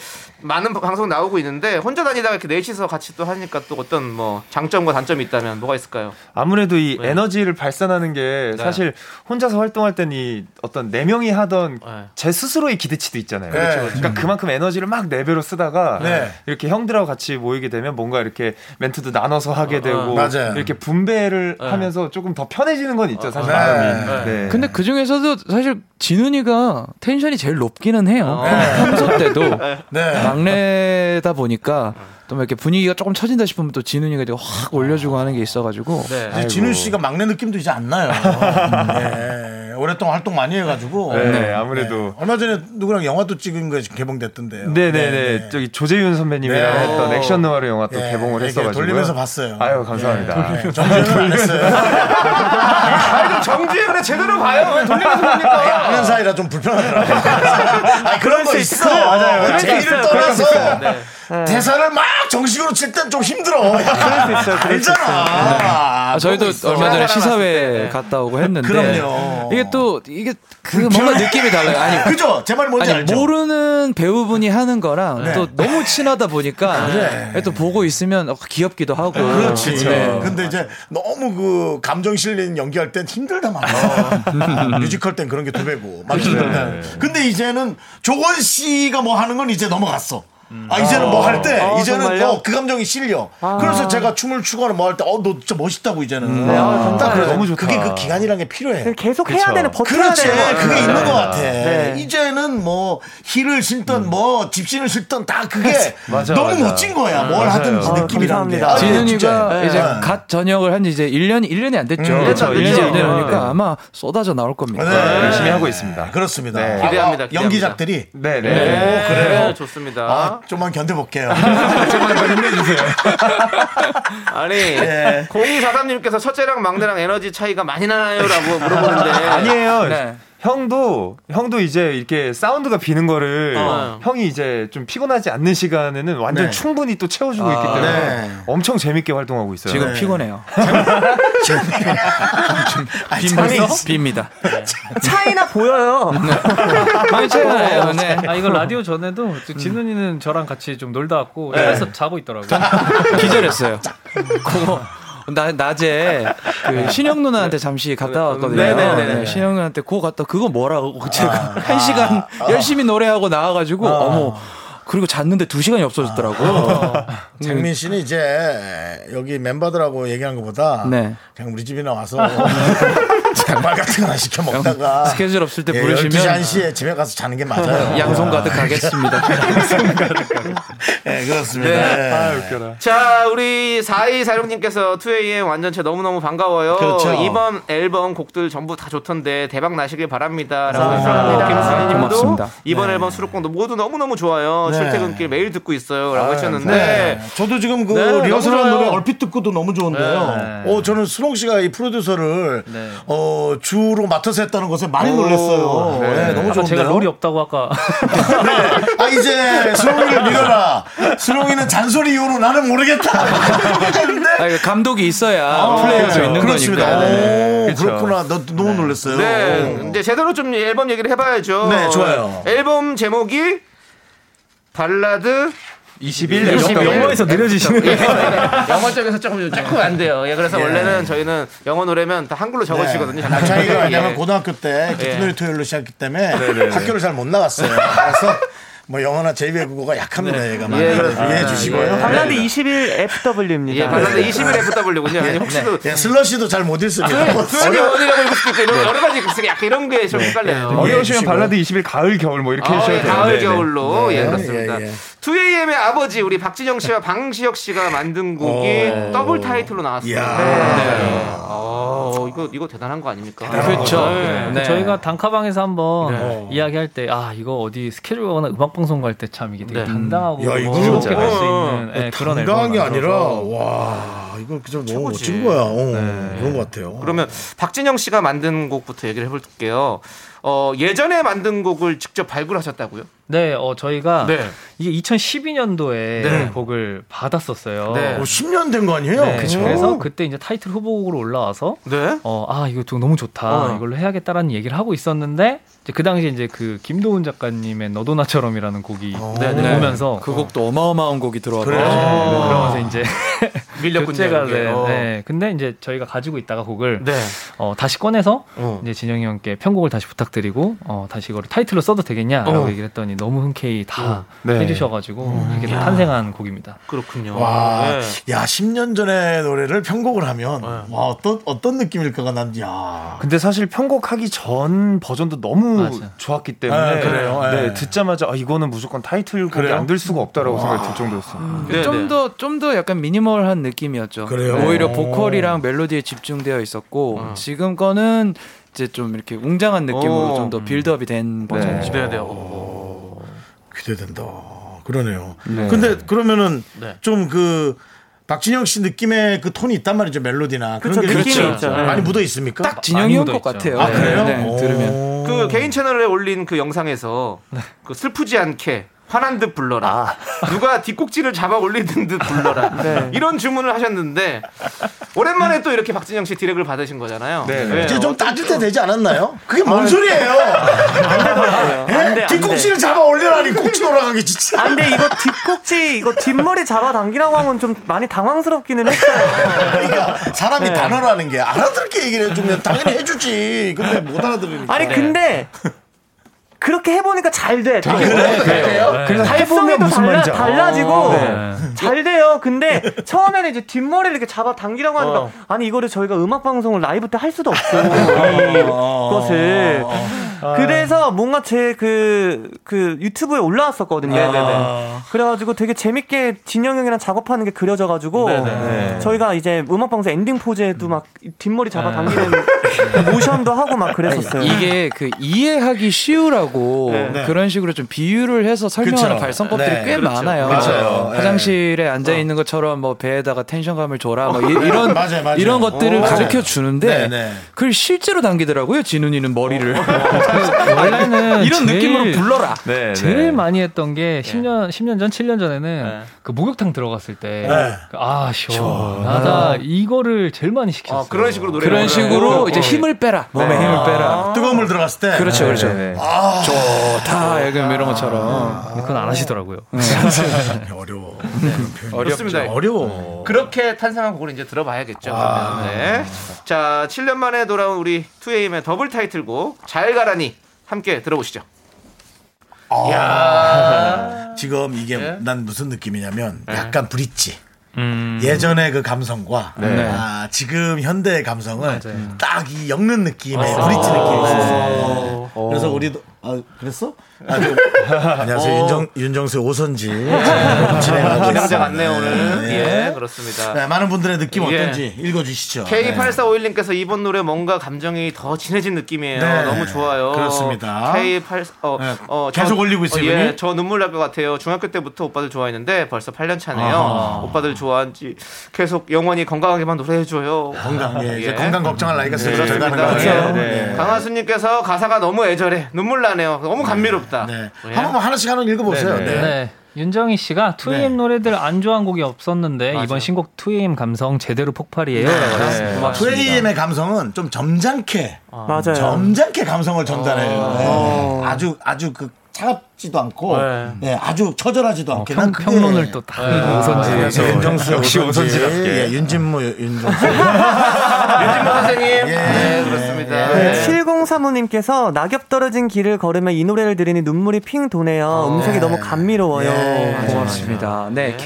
Speaker 3: 많은 방송 나오고 있는데 혼자 다니다가 이렇게 넷이서 같이 또 하니까 또 어떤 뭐 장점과 단점이 있다면 뭐가 있을까요?
Speaker 8: 아무래도 이
Speaker 3: 네.
Speaker 8: 에너지를 발산하는 게
Speaker 3: 네.
Speaker 8: 사실 혼자서 활동할 땐 이 어떤 네 명이 하던
Speaker 3: 네.
Speaker 8: 제 스스로의 기대치도 있잖아요.
Speaker 2: 그렇죠, 그렇죠.
Speaker 8: 그러니까 그만큼 에너지를 막 레벨로 쓰다가
Speaker 2: 네.
Speaker 8: 이렇게 형들하고 같이 모이게 되면 뭔가 이렇게 멘트도 나눠서 하게 되고
Speaker 2: 맞아요.
Speaker 8: 이렇게 분배를 하면서 조금 더 편해지는 건 있죠, 사실 마음이. 네.
Speaker 6: 근데 그 중에서도 사실 진훈이가 텐션이 제일 높기는 해요. 네.
Speaker 3: 어.
Speaker 6: 평소 때도
Speaker 2: 네.
Speaker 6: 막내다 보니까 또막 이렇게 분위기가 조금 처진다 싶으면 또 진훈이가 이제 확 올려주고 하는 게 있어가지고
Speaker 3: 네.
Speaker 2: 이제 진우 씨가 막내 느낌도 이제 안 나요. 네. 오랫동안 활동 많이 해가지고.
Speaker 8: 네,
Speaker 2: 네.
Speaker 8: 아무래도.
Speaker 2: 얼마 전에 누구랑 영화도 찍은 거 지금 개봉됐던데요.
Speaker 8: 네네네. 저기 조재윤 선배님이랑
Speaker 2: 네.
Speaker 8: 했던
Speaker 3: 오.
Speaker 8: 액션 노화르 영화 또
Speaker 2: 예,
Speaker 8: 개봉을
Speaker 2: 이렇게
Speaker 8: 했어가지고.
Speaker 2: 돌리면서 봤어요. 예.
Speaker 8: 아유, 감사합니다.
Speaker 2: 정신을 안 했어요.
Speaker 8: 정지윤을 제대로 봐요. 왜 돌리면서
Speaker 2: 아는 사이라 좀 불편하더라고요. 아 그런 거 있어. 맞아요. 제의를 떠나서 대사를 막 정식으로 칠 땐 좀 힘들어. 알잖아.
Speaker 6: 아, 저희도 얼마 전에 시사회
Speaker 3: 네.
Speaker 6: 갔다 오고 했는데
Speaker 2: 그럼요.
Speaker 6: 이게 또 이게 그 뭔가 느낌이 달라요. 아니
Speaker 2: 그죠? 제 말이 뭔지
Speaker 6: 아니
Speaker 2: 알죠? 네.
Speaker 6: 모르는 배우분이 하는 거랑 또 너무 친하다 보니까
Speaker 2: 그래.
Speaker 6: 또 보고 있으면 어, 귀엽기도 하고
Speaker 2: 아, 네. 그렇죠. 그렇지.
Speaker 6: 네.
Speaker 2: 근데 이제 너무 그 감정 실린 연기할 땐 힘들다 말이야. 뮤지컬 땐 음. 그런 게 두 배고. 막 힘들다. 근데 이제는 조건 씨가 뭐 하는 건 이제 넘어갔어. 아 이제는 뭐 할 때 이제는 어, 그 감정이 실려. 그래서 제가 춤을 추거나 뭐 할 때 어 너 진짜 멋있다고 이제는. 아, 딱 그래.
Speaker 8: 너무 좋다.
Speaker 2: 그게 그 기간이란 게 필요해.
Speaker 7: 계속 해야 되는 버텨야
Speaker 2: 그렇지.
Speaker 7: 되는 거
Speaker 2: 그게
Speaker 7: 같아요.
Speaker 2: 있는 것 같아.
Speaker 7: 네.
Speaker 2: 이제는 뭐 힐을 신던 뭐 집신을 신던 다 그게
Speaker 8: 맞아,
Speaker 2: 너무
Speaker 8: 맞아.
Speaker 2: 멋진 거야. 뭘 하든지
Speaker 7: 아,
Speaker 2: 느낌이라는 게.
Speaker 7: 감사합니다.
Speaker 2: 아,
Speaker 6: 진훈이가
Speaker 2: 진짜.
Speaker 6: 이제
Speaker 2: 네. 음,
Speaker 6: 갓 전역을 한 지 이제 1년, 1년이 안 됐죠. 1년이
Speaker 8: 그렇죠,
Speaker 6: 안
Speaker 8: 그렇죠.
Speaker 6: 되니까
Speaker 8: 네.
Speaker 6: 아마 쏟아져 나올 겁니다.
Speaker 2: 네.
Speaker 8: 열심히 하고 있습니다.
Speaker 2: 그렇습니다.
Speaker 8: 네.
Speaker 2: 아,
Speaker 3: 기대합니다,
Speaker 2: 아,
Speaker 3: 기대합니다.
Speaker 2: 연기작들이
Speaker 8: 네, 네.
Speaker 3: 네,
Speaker 2: 그래요?
Speaker 3: 좋습니다.
Speaker 2: 아, 좀만 견뎌볼게요.
Speaker 3: 아니,
Speaker 2: 네.
Speaker 3: 0243님께서 첫째랑 막내랑 에너지 차이가 많이 나나요라고 물어보는데
Speaker 8: 아니에요.
Speaker 6: 네.
Speaker 8: 형도 형도 이제 이렇게 사운드가 비는 거를
Speaker 3: 어.
Speaker 8: 형이 이제 좀 피곤하지 않는 시간에는 완전
Speaker 2: 네.
Speaker 8: 충분히 또 채워주고
Speaker 3: 아,
Speaker 8: 있기 때문에
Speaker 2: 네.
Speaker 8: 엄청 재밌게 활동하고 있어요.
Speaker 6: 지금
Speaker 2: 네.
Speaker 6: 피곤해요.
Speaker 2: 아,
Speaker 6: 빕니다.
Speaker 2: 재밌-
Speaker 6: 빕니다. 네.
Speaker 7: 차이나 보여요.
Speaker 6: 많이 차이나요. 네.
Speaker 9: 아 이거 라디오 전에도 지- 진훈이는 저랑 같이 좀 놀다
Speaker 3: 네.
Speaker 9: 왔고 집에서
Speaker 8: 네.
Speaker 9: 자고 있더라고요.
Speaker 6: 기절했어요. 그거 나 낮에 그 신영 누나한테 잠시 갔다 왔거든요.
Speaker 3: 네네네네.
Speaker 6: 네, 신영 누나한테 그거 갔다 그거 뭐라고
Speaker 2: 아.
Speaker 6: 제가 한 시간 열심히 노래하고 나와가지고 어머 그리고 잤는데 두 시간이 없어졌더라고. 요
Speaker 2: 아.
Speaker 6: 음,
Speaker 2: 장민 씨는 이제 여기 멤버들하고 얘기한 것보다
Speaker 6: 네.
Speaker 2: 그냥 우리 집이나 와서 닭발 같은 거나 시켜 먹다가
Speaker 6: 아. 스케줄 없을 때
Speaker 2: 예,
Speaker 6: 부르시면
Speaker 2: 12시 1시에 집에 가서 자는 게 맞아요.
Speaker 6: 양손 가득 가겠습니다.
Speaker 2: 예, 그렇습니다. 예.
Speaker 9: 네.
Speaker 8: 아 웃겨라.
Speaker 3: 자, 우리 4246님께서 2AM 완전체 너무너무 반가워요.
Speaker 2: 그렇죠.
Speaker 3: 이번 앨범 곡들 전부 다 좋던데 대박 나시길 바랍니다. 라고
Speaker 6: 감사합니다.
Speaker 3: 해주셨고, 김수희님도
Speaker 6: 고맙습니다.
Speaker 3: 이번 앨범 수록곡도 모두 너무너무 좋아요.
Speaker 2: 네.
Speaker 3: 출퇴근길 매일 듣고 있어요. 라고 하셨는데.
Speaker 2: 네. 저도 지금 그
Speaker 3: 네, 너무
Speaker 2: 리허설한
Speaker 3: 좋아요.
Speaker 2: 노래 얼핏 듣고도 너무 좋은데요. 어, 저는 수롱 씨가 이 프로듀서를 어, 주로 맡아서 했다는 것에 많이 놀랐어요. 네. 너무
Speaker 9: 아까
Speaker 2: 좋은데요.
Speaker 9: 제가 롤이 없다고 아까
Speaker 2: 네. 아 이제 수롱이를 밀어라. 수롱이는 잔소리 이후로 나는 모르겠다. 근데
Speaker 6: 아, 이거 감독이 있어야
Speaker 2: 아,
Speaker 6: 플레이어도
Speaker 2: 그렇죠.
Speaker 6: 있는
Speaker 2: 그렇습니다.
Speaker 6: 거니까. 네.
Speaker 2: 오, 그렇구나. 나 너무 놀랐어요.
Speaker 3: 네, 이제 제대로 좀 앨범 얘기를 해봐야죠.
Speaker 2: 네, 좋아요.
Speaker 3: 앨범 제목이 발라드
Speaker 8: 21
Speaker 2: 네.
Speaker 3: 21. 영어에서
Speaker 6: 네.
Speaker 3: 네.
Speaker 8: 느려지시는
Speaker 3: 영어 쪽에서 조금 조금 안 돼요. 예, 그래서 원래는 저희는 영어 노래면 다 한글로 적어주시거든요.
Speaker 2: 네. 남창이가 왜냐면
Speaker 3: 예.
Speaker 2: 고등학교 때
Speaker 3: 예. 네,
Speaker 2: 기쁜놀이 토요일로 시작했기 때문에 학교를 잘 못 나갔어요. 그래서 뭐 영어나 제2외국어가 약합니다. 얘가 많이
Speaker 3: 예, 그렇습니다.
Speaker 2: 이해해 주시고요.
Speaker 7: 발라드 21 FW입니다.
Speaker 3: 예, 발라드 20일 FW군요. 아니, 혹시도
Speaker 2: 예, 슬러시도 잘 못 읽습니다.
Speaker 3: 아, 수영이
Speaker 2: 어려-
Speaker 3: 어디라고 읽을 수도 있고 이런 여러 가지 글쓰기 약간 이런 게 좀 헷갈려요.
Speaker 9: 네.
Speaker 8: 어려우시면
Speaker 2: 주시고요.
Speaker 8: 발라드 21 가을 겨울 뭐 이렇게
Speaker 3: 네. 아,
Speaker 8: 해주셔도
Speaker 3: 예,
Speaker 8: 되는데.
Speaker 3: 가을
Speaker 8: 네.
Speaker 3: 겨울로
Speaker 2: 네.
Speaker 3: 예 그렇습니다.
Speaker 2: 예, 예.
Speaker 3: 2AM의 아버지 우리 박진영 씨와 방시혁 씨가 만든 곡이 더블 타이틀로 나왔어요.
Speaker 2: 이야.
Speaker 3: 네. 어, 이거 이거 대단한 거 아닙니까?
Speaker 6: 그렇죠.
Speaker 3: 네.
Speaker 6: 네.
Speaker 9: 저희가 단카방에서 한번 이야기할 때 아 이거 어디 스케줄 가거나 음악 방송 갈 때 참 이게 되게
Speaker 3: 네.
Speaker 9: 당당하고
Speaker 2: 야, 이거
Speaker 9: 즐겁게 갈 수
Speaker 3: 어,
Speaker 9: 있는 예, 그런 앨범
Speaker 2: 네, 건강한 게 아니라 와 이거 그저 너무 멋진 거야. 어, 그런 것 같아요.
Speaker 3: 네. 그러면 박진영 씨가 만든 곡부터 얘기를 해볼게요. 어, 예전에 만든 곡을 직접 발굴하셨다고요?
Speaker 9: 네, 어, 저희가
Speaker 3: 네.
Speaker 9: 이게 2012년도에
Speaker 3: 네.
Speaker 9: 곡을 받았었어요.
Speaker 3: 네.
Speaker 2: 어, 10년 된 거 아니에요?
Speaker 9: 네, 그래서
Speaker 2: 오.
Speaker 9: 그때 이제 타이틀 후보곡으로 올라와서
Speaker 3: 네.
Speaker 9: 어, 아, 이거 좀 너무 좋다.
Speaker 3: 어.
Speaker 9: 이걸로 해야겠다라는 얘기를 하고 있었는데, 이제 그 당시에 이제 그 김도훈 작가님의 너도나처럼이라는 곡이
Speaker 3: 네, 네.
Speaker 9: 오면서,
Speaker 6: 그 곡도 어마어마한 곡이 들어왔고
Speaker 2: 그래요?
Speaker 9: 네,
Speaker 8: 아.
Speaker 9: 그러면서 이제
Speaker 3: 밀렸군요.
Speaker 9: 교체가
Speaker 3: 이게.
Speaker 9: 네,
Speaker 3: 어.
Speaker 9: 네. 근데 이제 저희가 가지고 있다가 곡을
Speaker 3: 네.
Speaker 9: 어, 다시 꺼내서
Speaker 3: 어.
Speaker 9: 이제 진영이 형께 편곡을 다시 부탁드리고 어, 다시 이걸 타이틀로 써도 되겠냐라고
Speaker 3: 어.
Speaker 9: 얘기를 했더니 너무 흔쾌히
Speaker 8: 어.
Speaker 9: 다
Speaker 3: 네.
Speaker 9: 해주셔가지고
Speaker 8: 음.
Speaker 9: 이렇게 탄생한 곡입니다.
Speaker 3: 그렇군요.
Speaker 2: 와,
Speaker 3: 네.
Speaker 2: 야, 10년 전의 노래를 편곡을 하면 와 어떤 어떤 느낌일까가 난 야.
Speaker 8: 근데 사실 편곡하기 전 버전도 너무
Speaker 9: 맞아.
Speaker 8: 좋았기 때문에
Speaker 2: 네, 그래요.
Speaker 8: 네,
Speaker 2: 네.
Speaker 8: 듣자마자 아, 이거는 무조건 타이틀곡이
Speaker 2: 그래요?
Speaker 8: 안 될 수가 없다라고 생각이 들 정도였어요.
Speaker 3: 네,
Speaker 6: 좀
Speaker 3: 네.
Speaker 6: 더 좀 더 약간 미니멀한 느낌이었죠.
Speaker 2: 그래요? 어.
Speaker 6: 오히려
Speaker 2: 오.
Speaker 6: 보컬이랑 멜로디에 집중되어 있었고
Speaker 3: 어.
Speaker 6: 지금 거는 이제 좀 이렇게 웅장한
Speaker 3: 오.
Speaker 6: 느낌으로 좀 더 빌드업이 된 버전이죠.
Speaker 3: 네, 네.
Speaker 2: 기대된다. 그러네요. 근데 그러면은
Speaker 3: 네.
Speaker 2: 좀 그 박진영 씨 느낌의 그 톤이 있단 말이죠 멜로디나 그런
Speaker 7: 그쵸,
Speaker 2: 게
Speaker 7: 느낌이
Speaker 2: 좀
Speaker 7: 있죠.
Speaker 2: 많이 묻어 있습니까?
Speaker 6: 그렇죠. 딱 진영이 형
Speaker 9: 많이
Speaker 6: 것
Speaker 9: 묻어있죠.
Speaker 6: 같아요.
Speaker 2: 아
Speaker 6: 네,
Speaker 2: 그래요?
Speaker 6: 네,
Speaker 2: 오.
Speaker 6: 들으면
Speaker 3: 그 개인 채널에 올린 그 영상에서 그 슬프지 않게 화난 듯 불러라. 누가 뒷꼭지를 잡아 올리는 듯 불러라. 이런 주문을 하셨는데 오랜만에 또 이렇게 박진영 씨 디렉을 받으신 거잖아요.
Speaker 8: 네, 네.
Speaker 2: 이제
Speaker 6: 어,
Speaker 2: 좀 따질 때 되지 않았나요? 그게 뭔 소리예요?
Speaker 7: 아, 안 돼,
Speaker 2: 예?
Speaker 7: 안
Speaker 2: 뒤꿈치를 잡아 올려라니 꼭지 돌아가게 진짜.
Speaker 7: 안돼 이거 뒷꼭지 이거 뒷머리 잡아당기라고 하면 좀 많이 당황스럽기는 했어요. 네.
Speaker 2: 그러니까 사람이 단어라는 게 알아듣게 얘기를 해주면 당연히 해주지. 근데 못 알아들으니까.
Speaker 6: 네.
Speaker 7: 아니 근데 그렇게 해보니까 잘 돼. 되게
Speaker 9: 네.
Speaker 7: 발성에도 달라,
Speaker 2: 어.
Speaker 7: 달라지고
Speaker 9: 네.
Speaker 7: 잘 돼요. 근데 처음에는 이제 뒷머리를 이렇게 잡아 당기라고 하니까
Speaker 3: 어,
Speaker 7: 아니 이거를 저희가 음악 방송을 라이브 때 할 수도 없고
Speaker 2: 어,
Speaker 7: 이 것을 그래서 뭔가 제 그 그 유튜브에 올라왔었거든요. 아. 그래가지고 되게 재밌게 진영 형이랑 작업하는 게 그려져가지고 저희가 이제 음악 네. 방송 엔딩 포즈에도 막 뒷머리 잡아 당기는 모션도 하고 막 그랬었어요.
Speaker 6: 이게 그 이해하기 쉬우라고
Speaker 2: 네.
Speaker 6: 그런 식으로 좀 비유를 해서 설명하는
Speaker 2: 그쵸.
Speaker 6: 발성법들이
Speaker 2: 네.
Speaker 6: 꽤 많아요.
Speaker 2: 맞아요. 네.
Speaker 6: 화장실에 앉아 있는 것처럼 뭐 배에다가 텐션감을 줘라 뭐 이, 런
Speaker 2: 어. 맞아요, 어, 맞아요.
Speaker 6: 이런 것들을
Speaker 2: 오.
Speaker 6: 가르쳐 주는데
Speaker 2: 네, 네.
Speaker 6: 그걸 실제로 당기더라고요. 진훈이는 머리를
Speaker 2: 어.
Speaker 9: 원래는
Speaker 6: 이런
Speaker 9: 제일-
Speaker 6: 느낌으로 불러라.
Speaker 8: 네,
Speaker 9: 제일
Speaker 8: 네.
Speaker 9: 많이 했던 게 10년, 10년 전, 7년 전에는 그 목욕탕 들어갔을 때,
Speaker 2: 네.
Speaker 9: 그 아, 시원하다. 이거를 제일 많이 시켰어요.
Speaker 3: 어, 그런 식으로 노래
Speaker 2: 네,
Speaker 6: 그런
Speaker 2: 어.
Speaker 6: 식으로 이제 힘을 빼라. 몸에 힘을 빼라.
Speaker 2: 뜨거운 물 들어갔을 때.
Speaker 6: 그렇죠, 그렇죠.
Speaker 8: 네.
Speaker 6: 좋다. 약간 이런 것처럼
Speaker 9: 그건 안 하시더라고요.
Speaker 2: 네, 어려워. 네,
Speaker 3: 어렵습니다.
Speaker 2: 어려워.
Speaker 3: 그렇게 탄생한 곡을 이제 들어봐야겠죠. 그러면. 네. 자, 7년 만에 돌아온 우리 2AM의 더블 타이틀곡 잘 가라니 함께 들어보시죠.
Speaker 2: 지금 이게 난 무슨 느낌이냐면 약간 브릿지.
Speaker 3: 음.
Speaker 2: 예전의 그 감성과
Speaker 3: 네.
Speaker 2: 아, 지금 현대의 감성을 딱 이 엮는 느낌의
Speaker 3: 아.
Speaker 2: 브릿지
Speaker 3: 네.
Speaker 2: 느낌이 있어요. 그래서 우리도 아 그랬어? 아, 그- 안녕하세요 윤정 윤정수 의 오선지 진행하고
Speaker 3: 어. 네. 아, 진행자
Speaker 2: 있습니다.
Speaker 3: 같네요, 오늘.
Speaker 2: 네.
Speaker 3: 예, 그렇습니다.
Speaker 2: 네, 많은 분들의 느낌
Speaker 3: 예.
Speaker 2: 어떤지 읽어주시죠. 네.
Speaker 3: K8451님께서 이번 노래 뭔가 감정이 더 진해진 느낌이에요.
Speaker 2: 네.
Speaker 3: 너무 좋아요.
Speaker 2: 그렇습니다.
Speaker 3: K8 어,
Speaker 2: 네.
Speaker 3: 어,
Speaker 2: 계속 올리고 있어요,
Speaker 3: 어, 예,
Speaker 2: 이분이?
Speaker 3: 저 눈물 날 것 같아요. 중학교 때부터 오빠들 좋아했는데 벌써 8년 차네요.
Speaker 2: 아하.
Speaker 3: 오빠들 좋아한지 계속 영원히 건강하게만 노래해줘요.
Speaker 2: 건강 예, 이제
Speaker 3: 예.
Speaker 2: 건강 걱정할 나이가 슬슬
Speaker 3: 그렇습니다.
Speaker 2: 들어가는 거예요.
Speaker 3: 네.
Speaker 2: 네.
Speaker 3: 강하수님께서 가사가 너무 애절해. 눈물 나네요. 너무 감미롭다.
Speaker 2: 네.
Speaker 3: 예.
Speaker 2: 한 번만 하나씩 하나 읽어보세요.
Speaker 8: 네, 네.
Speaker 2: 네.
Speaker 9: 네. 윤정희 씨가 2AM
Speaker 2: 네.
Speaker 9: 노래들 안 좋아한 곡이 없었는데 이번 신곡 2AM 감성 제대로 폭발이에요. 라고 하셨습니다.
Speaker 2: 투 a m 의 감성은 좀 점잖게,
Speaker 7: 맞아요.
Speaker 2: 점잖게 감성을 전달해요. 네. 아주 아주 그 차갑지도 않고, 네. 아주 처절하지도 않게.
Speaker 9: 평,
Speaker 2: 난 그게-
Speaker 9: 평론을 또다
Speaker 8: 아.
Speaker 9: 오선지.
Speaker 2: 예, 윤정수
Speaker 8: 역시
Speaker 2: 오선지.
Speaker 8: 오선지답게.
Speaker 2: 예, 윤진무 윤정수.
Speaker 3: 윤진모 선생님. 네,
Speaker 2: 예.
Speaker 3: 그렇습니다.
Speaker 7: 네.
Speaker 3: 네.
Speaker 7: 7035님께서 낙엽 떨어진 길을 걸으며 이 노래를 들으니 눈물이 핑 도네요. 음색이 너무
Speaker 4: 어, 예.
Speaker 7: 감미로워요.
Speaker 2: 네.
Speaker 6: 어, 고맙습니다. 네,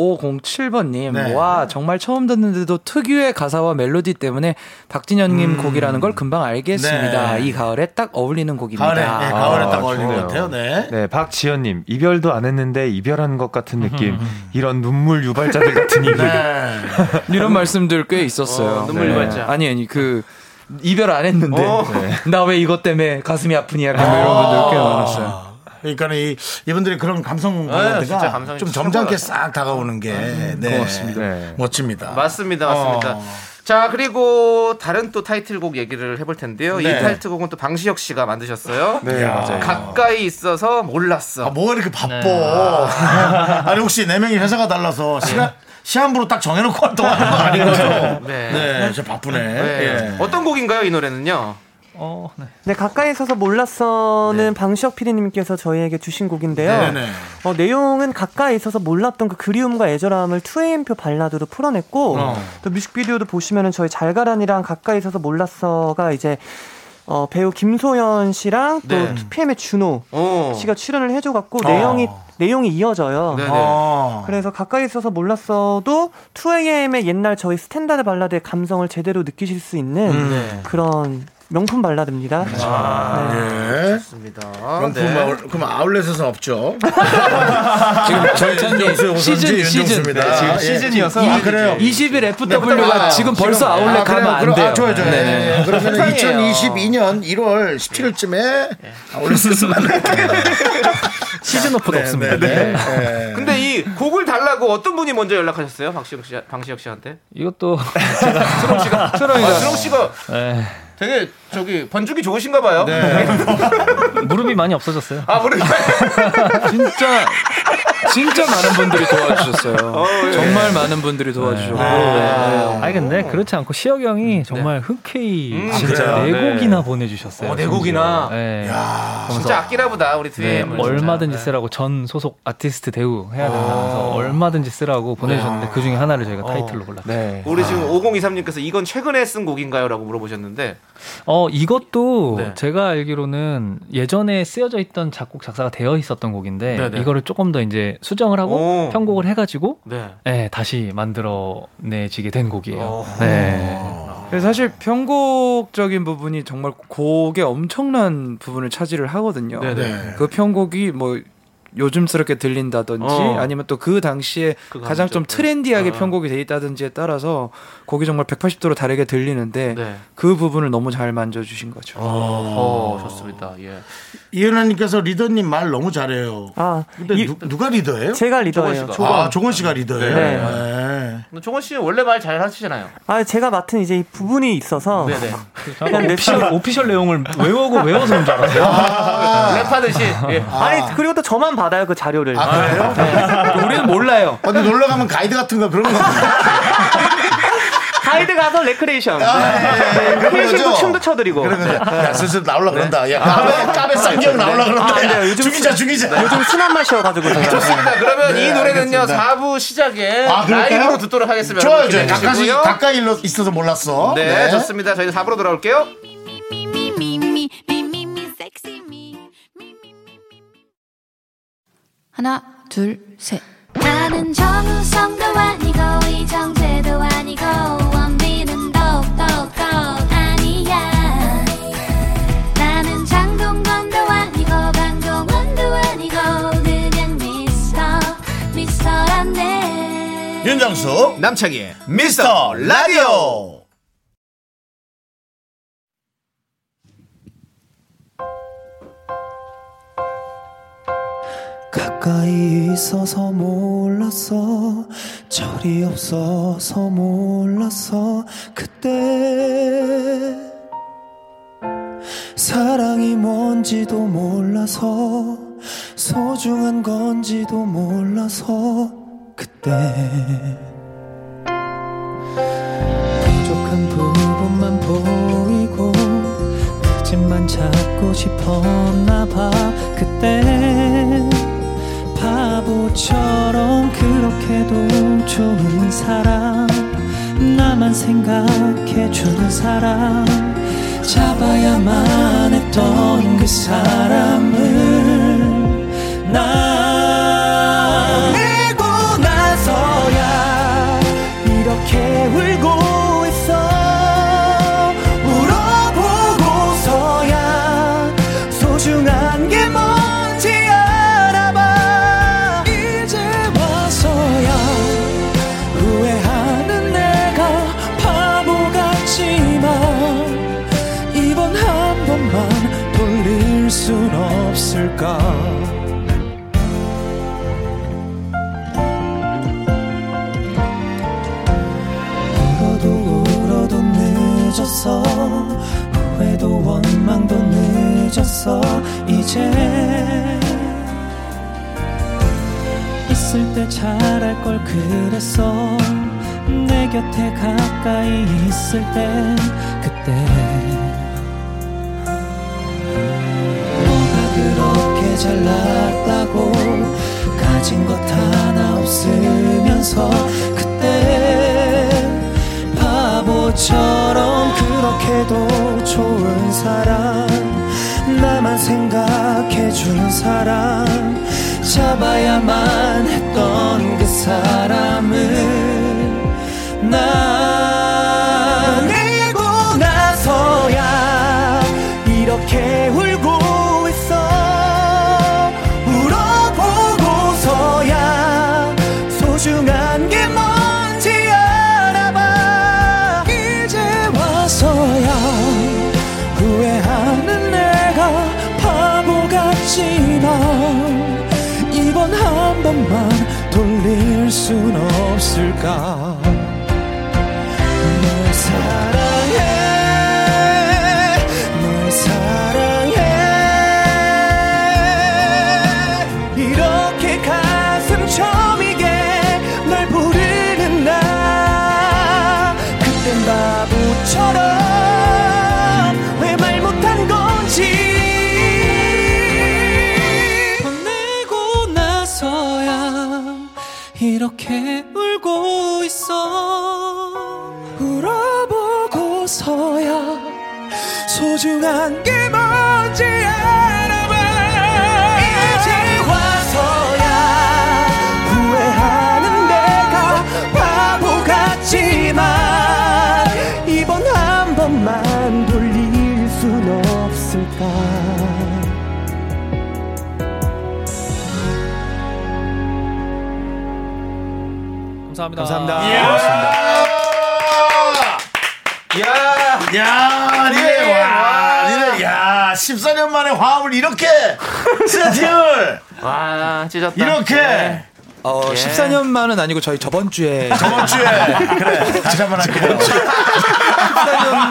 Speaker 6: K5507번님.
Speaker 2: 네.
Speaker 6: 와, 정말 처음 듣는데도 특유의 가사와 멜로디 때문에 박진현님 곡이라는 걸 금방 알겠습니다.
Speaker 2: 네.
Speaker 6: 이 가을에 딱 어울리는 곡입니다.
Speaker 2: 가을에, 예, 가을에 딱 어울린 것
Speaker 8: 좋네요.
Speaker 2: 같아요. 네.
Speaker 8: 네, 박지현님 이별도 안 했는데 이별한 것 같은 느낌.
Speaker 9: 음.
Speaker 8: 이런 눈물 유발자들 같은 이유.
Speaker 2: 네.
Speaker 6: 이런 말씀들 꽤 있었어요. 네.
Speaker 3: 어, 눈물 유발자.
Speaker 6: 아니, 아니, 그, 이별 안 했는데,
Speaker 3: 어.
Speaker 6: 나 왜 이것 때문에 가슴이 아프니 약간 이런 분들 꽤 많았어요.
Speaker 2: 그러니까 이 이분들의 그런 감성
Speaker 3: 진짜
Speaker 2: 밸런드가
Speaker 3: 감성이
Speaker 2: 좀
Speaker 3: 최고야.
Speaker 2: 점잖게 싹 다가오는 게 네.
Speaker 8: 네.
Speaker 2: 멋집니다.
Speaker 3: 아, 맞습니다. 맞습니다.
Speaker 2: 어.
Speaker 3: 자 그리고 다른 또 타이틀곡 얘기를 해볼 텐데요.
Speaker 2: 네.
Speaker 3: 이 타이틀곡은 또 방시혁 씨가 만드셨어요.
Speaker 8: 네, 맞아요.
Speaker 3: 가까이 있어서 몰랐어.
Speaker 2: 아, 뭐가 이렇게 바빠.
Speaker 6: 네.
Speaker 2: 아니, 혹시 네 명이 회사가 달라서 시간, 시한부로 딱 정해놓고 활동하는 거 아닌 거죠?
Speaker 3: 네.
Speaker 2: 네, 저 바쁘네.
Speaker 3: 네.
Speaker 2: 예.
Speaker 3: 어떤 곡인가요? 이 노래는요.
Speaker 9: 어, 네.
Speaker 7: 네, 가까이 있어서 몰랐어는 방시혁 PD님께서 저희에게 주신 곡인데요.
Speaker 2: 네네.
Speaker 7: 어, 내용은 가까이 있어서 몰랐던 그 그리움과 애절함을 2AM표 발라드로 풀어냈고, 또 뮤직비디오도 보시면은 저희 잘가란이랑 가까이 있어서 몰랐어가 이제 어, 배우 김소연 씨랑 또
Speaker 3: 네.
Speaker 7: 2PM의 준호
Speaker 2: 어.
Speaker 3: 오.
Speaker 7: 씨가 출연을 해줘갖고
Speaker 2: 아.
Speaker 7: 내용이, 내용이 이어져요.
Speaker 3: 네네.
Speaker 2: 어.
Speaker 7: 그래서 가까이 있어서 몰랐어도 2AM의 옛날 저희 스탠다드 발라드의 감성을 제대로 느끼실 수 있는
Speaker 2: 음. 네.
Speaker 7: 그런 명품 발라드입니다.
Speaker 2: 아. 예.
Speaker 3: 좋습니다.
Speaker 2: 그럼,
Speaker 3: 네.
Speaker 2: 아울, 그럼 아울렛에서는 없죠.
Speaker 6: 지금
Speaker 2: 윤정수
Speaker 6: 절찬님
Speaker 2: 오선지,
Speaker 6: 시즌 시즌
Speaker 2: 윤정수입니다. 아, 예.
Speaker 8: 시즌이어서
Speaker 2: 아,
Speaker 7: 네.
Speaker 2: 그래요?
Speaker 6: 20일
Speaker 2: 아,
Speaker 6: FW가 지금 벌써
Speaker 2: 지금-
Speaker 6: 아울렛
Speaker 2: 아, 그래요?
Speaker 6: 가면 안
Speaker 2: 그럼-
Speaker 6: 돼요.
Speaker 2: 아, 좋아요, 좋아요.
Speaker 6: 네네.
Speaker 2: 예. 그러면
Speaker 3: 세상에요.
Speaker 2: 2022년 1월 17일쯤에 아울렛에서 만날게요.
Speaker 6: 네. 시즌 오프가 없습니다.
Speaker 2: 네. 예.
Speaker 3: 근데 이 곡을 달라고 어떤 분이 먼저 연락하셨어요? 방시혁 씨, 방시혁 씨한테?
Speaker 9: 이것도
Speaker 3: 수롱 씨가. 아, 수롱 씨가
Speaker 9: 네.
Speaker 3: 되게 저기 번죽이 좋으신가 봐요.
Speaker 9: 무릎이 많이 없어졌어요.
Speaker 3: 아, 모르겠어요.
Speaker 6: 진짜 진짜 많은 분들이 도와주셨어요.
Speaker 2: 예.
Speaker 6: 정말 많은 분들이 도와주셨고
Speaker 2: 네.
Speaker 9: 아니 근데 그렇지 않고 시혁 형이 정말 흔쾌히 진짜
Speaker 8: 그래요?
Speaker 9: 네
Speaker 8: 네.
Speaker 9: 곡이나 보내주셨어요.
Speaker 3: 어, 네 곡이나?
Speaker 9: 심지어. 네.
Speaker 3: 진짜 아끼나 보다, 우리 두
Speaker 9: 네,
Speaker 3: 에
Speaker 9: 얼마든지 쓰라고 전 소속 아티스트 대우 해야 된다면서 얼마든지 쓰라고 보내주셨는데 그 중에 하나를 저희가 타이틀로 골랐어요.
Speaker 6: 네.
Speaker 3: 우리 지금 5023님께서 이건 최근에 쓴 곡인가요? 라고 물어보셨는데
Speaker 9: 어 이것도
Speaker 3: 네.
Speaker 9: 제가 알기로는 예전에 쓰여져 있던 작곡 작사가 되어 있었던 곡인데
Speaker 3: 네네.
Speaker 9: 이거를 조금 더 이제 수정을 하고
Speaker 3: 오.
Speaker 9: 편곡을 해가지고
Speaker 3: 네.
Speaker 9: 네, 다시 만들어내지게 된 곡이에요. 네.
Speaker 6: 그래서 사실 편곡적인 부분이 정말 곡의 엄청난 부분을 차지를 하거든요.
Speaker 2: 네.
Speaker 6: 그 편곡이 뭐 요즘스럽게 들린다든지
Speaker 3: 어.
Speaker 6: 아니면 또 그 당시에
Speaker 3: 그
Speaker 6: 가장 좀
Speaker 3: 감정.
Speaker 6: 트렌디하게
Speaker 3: 어.
Speaker 6: 편곡이 돼 있다든지에 따라서 곡이 정말 180도로 다르게 들리는데
Speaker 3: 네.
Speaker 6: 그 부분을 너무 잘 만져주신 거죠.
Speaker 3: 어, 좋습니다. 예.
Speaker 2: 이은하님께서 리더님 말 너무 잘해요.
Speaker 7: 아,
Speaker 2: 근데
Speaker 7: 이-
Speaker 2: 누, 누가 리더예요?
Speaker 7: 제가
Speaker 3: 조건
Speaker 7: 리더예요.
Speaker 3: 씨가.
Speaker 2: 아, 조건 씨가 리더예요.
Speaker 7: 네.
Speaker 2: 네.
Speaker 3: 근데 종원 씨는 원래 말 잘 하시잖아요.
Speaker 7: 아, 제가 맡은 이제 이 부분이 있어서
Speaker 3: 네네.
Speaker 7: 그냥 랩
Speaker 9: 오피셜, 오피셜 내용을 외우고 외워서 온 줄 알았어요.
Speaker 3: 랩하듯이. 예.
Speaker 7: 아니, 그리고 또 저만 받아요, 그 자료를.
Speaker 2: 아, 그래요?
Speaker 3: 네.
Speaker 6: 우리는 몰라요.
Speaker 2: 아, 근데 놀러 가면 가이드 같은 거 그런 거. 없나요?
Speaker 7: 가이드 가서 레크레이션.
Speaker 2: 예, 예, 그런
Speaker 7: 회식도
Speaker 2: 거죠?
Speaker 7: 춤도 춰드리고.
Speaker 2: 그래, 그래. 야, 슬슬
Speaker 3: 네.
Speaker 2: 나올라 그런다. 야,
Speaker 3: 아,
Speaker 2: 까베, 까베 쌍기역 나올라
Speaker 7: 아,
Speaker 2: 그런다.
Speaker 7: 안 돼요.
Speaker 2: 야,
Speaker 7: 요즘
Speaker 2: 죽이자,
Speaker 3: 네.
Speaker 2: 죽이자.
Speaker 7: 네. 요즘 순한 맛이어가지고 제가.
Speaker 3: 좋습니다. 그러면
Speaker 2: 네,
Speaker 3: 이 노래는요,
Speaker 2: 알겠습니다.
Speaker 3: 4부 시작에
Speaker 2: 아, 그럴까요?
Speaker 3: 라이브로 듣도록 하겠습니다.
Speaker 2: 좋아요,
Speaker 3: 여러분
Speaker 2: 좋아요. 가까이,
Speaker 3: 기대해 주시고요.
Speaker 2: 가까이 일러- 있어서 몰랐어.
Speaker 3: 네, 좋습니다. 저희는 4부로 돌아올게요.
Speaker 4: me, me, me, me, me, me, sexy me. me, me, me, me.
Speaker 10: 하나, 둘, 셋.
Speaker 4: 나는 정우성도 아니고 이정재도 아니고 원빈은 더욱더 아니야 나는 장동건도 아니고 강동원도 아니고 그냥 미스터 미스터란데
Speaker 2: 윤정수,
Speaker 3: 남창희의
Speaker 2: 미스터 라디오.
Speaker 5: 가까이 있어서 몰랐어 절이 없어서 몰랐어 그때 사랑이 뭔지도 몰라서 소중한 건지도 몰라서 그때 부족한 부분만 보이고 그집만 찾고 싶었나 봐 그때 바보처럼 그렇게도 좋은 사람 나만 생각해주는 사람 잡아야만 했던 그 사람을 나 알고 나서야 이렇게 울고 있어 물어보고서야 소중한 게 뭔지 알아봐 이제 와서야 후회하는 내가 바보 같지만 이번 한 번만 돌릴 순 없을까 후회도 원망도 늦었어 이제 있을 때 잘할 걸 그랬어 내 곁에 가까이 있을 때 그때 뭐가 그렇게 잘났다고 가진 것 하나 없으면서 그때 바보처럼 그렇게도 좋은 사람 나만 생각해준 사람 잡아야만 했던 그 사람을 난 알고 나서야 이렇게 울고 있어 울어보고서야 소중한 게 뭔지 알아봐 이제 와서야 후회하는 내가 바보 같지만 이번 한 번만 돌릴 순 없을까 널 사랑해 널 사랑해 이렇게 가슴 처미게 널 부르는 나 그땐 바보처럼 왜 말 못한 건지 혼내고 나서야 이렇게 울고 있어 울어보고서야 소중한 게 뭔지 알아봐 이제 와서야 후회하는 내가 바보 같지만 이번 한 번만 돌릴 순 없을까
Speaker 9: 감사합니다.
Speaker 3: 야,
Speaker 2: 야, 니네, 와, 니네, 야, 14년 만에 화음을 이렇게 세팅을
Speaker 3: 와, 찢었다. 네.
Speaker 2: 이렇게
Speaker 6: 어, 14년만은 아니고 저희 저번 주에
Speaker 2: 저번 주에 그래 다시 한번 할게요.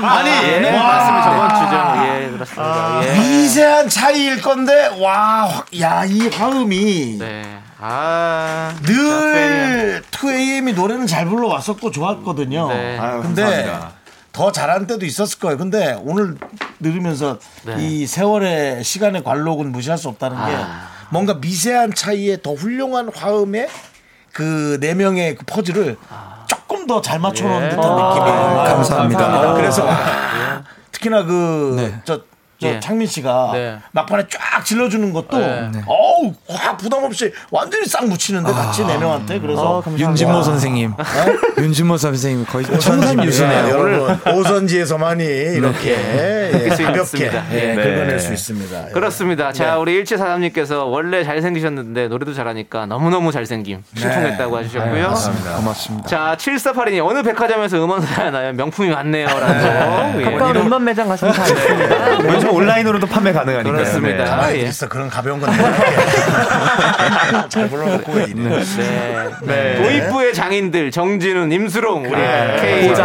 Speaker 2: 아니, 네.
Speaker 3: 예,
Speaker 2: 와.
Speaker 3: 맞습니다. 저번 주죠. 예, 그렇습니다. 예.
Speaker 2: 미세한 차이일 건데 와, 확- 야, 이 화음이
Speaker 3: 네. 아,
Speaker 2: 늘 2AM이 노래는 잘 불러왔었고 좋았거든요.
Speaker 3: 네.
Speaker 8: 아유,
Speaker 2: 근데
Speaker 8: 감사합니다.
Speaker 2: 더 잘한 때도 있었을 거예요. 근데 오늘 들으면서
Speaker 6: 네.
Speaker 2: 이 세월의 시간의 관록은 무시할 수 없다는 게
Speaker 6: 아.
Speaker 2: 뭔가 미세한 차이에 더 훌륭한 화음의 그 네 명의 그 퍼즐을 조금 더 잘 맞춰놓은 듯한 느낌이에요.
Speaker 6: 아. 네.
Speaker 2: 아.
Speaker 6: 감사합니다.
Speaker 2: 그래서 특히나 그저 저
Speaker 3: 예.
Speaker 2: 창민 씨가
Speaker 3: 네.
Speaker 2: 막판에 쫙 질러주는 것도 어우 확 부담 없이 완전히 싹 묻히는데 같이 네 명한테 그래서
Speaker 6: 윤진모 선생님. 윤진모 선생님 거의
Speaker 2: 예.
Speaker 6: 청산유수네요.
Speaker 2: 여러분 오선지에서만이 이렇게 예,
Speaker 3: 수
Speaker 2: 가볍게
Speaker 3: 있습니다.
Speaker 2: 예,
Speaker 3: 네.
Speaker 2: 긁어낼 수 있습니다. 예.
Speaker 3: 그렇습니다. 자, 우리 1743님께서 원래 잘생기셨는데 노래도 잘하니까 너무너무 잘생김.
Speaker 2: 네.
Speaker 3: 신통했다고 해주셨고요.
Speaker 6: 고맙습니다.
Speaker 3: 자, 7482님, 어느 백화점에서 음원 사야 나요? 명품이 많네요. 라고. 예.
Speaker 7: 가까운 음반 매장 가시면 다 있습니다.
Speaker 8: 요즘 온라인으로도 판매 가능하니까요.
Speaker 3: 그렇습니다.
Speaker 2: 아,
Speaker 3: 예.
Speaker 2: 있어 그런 가벼운 건 내가 잘 불러놓고 이래.
Speaker 3: 네. 도입부의 장인들 정진훈, 임수롱 우리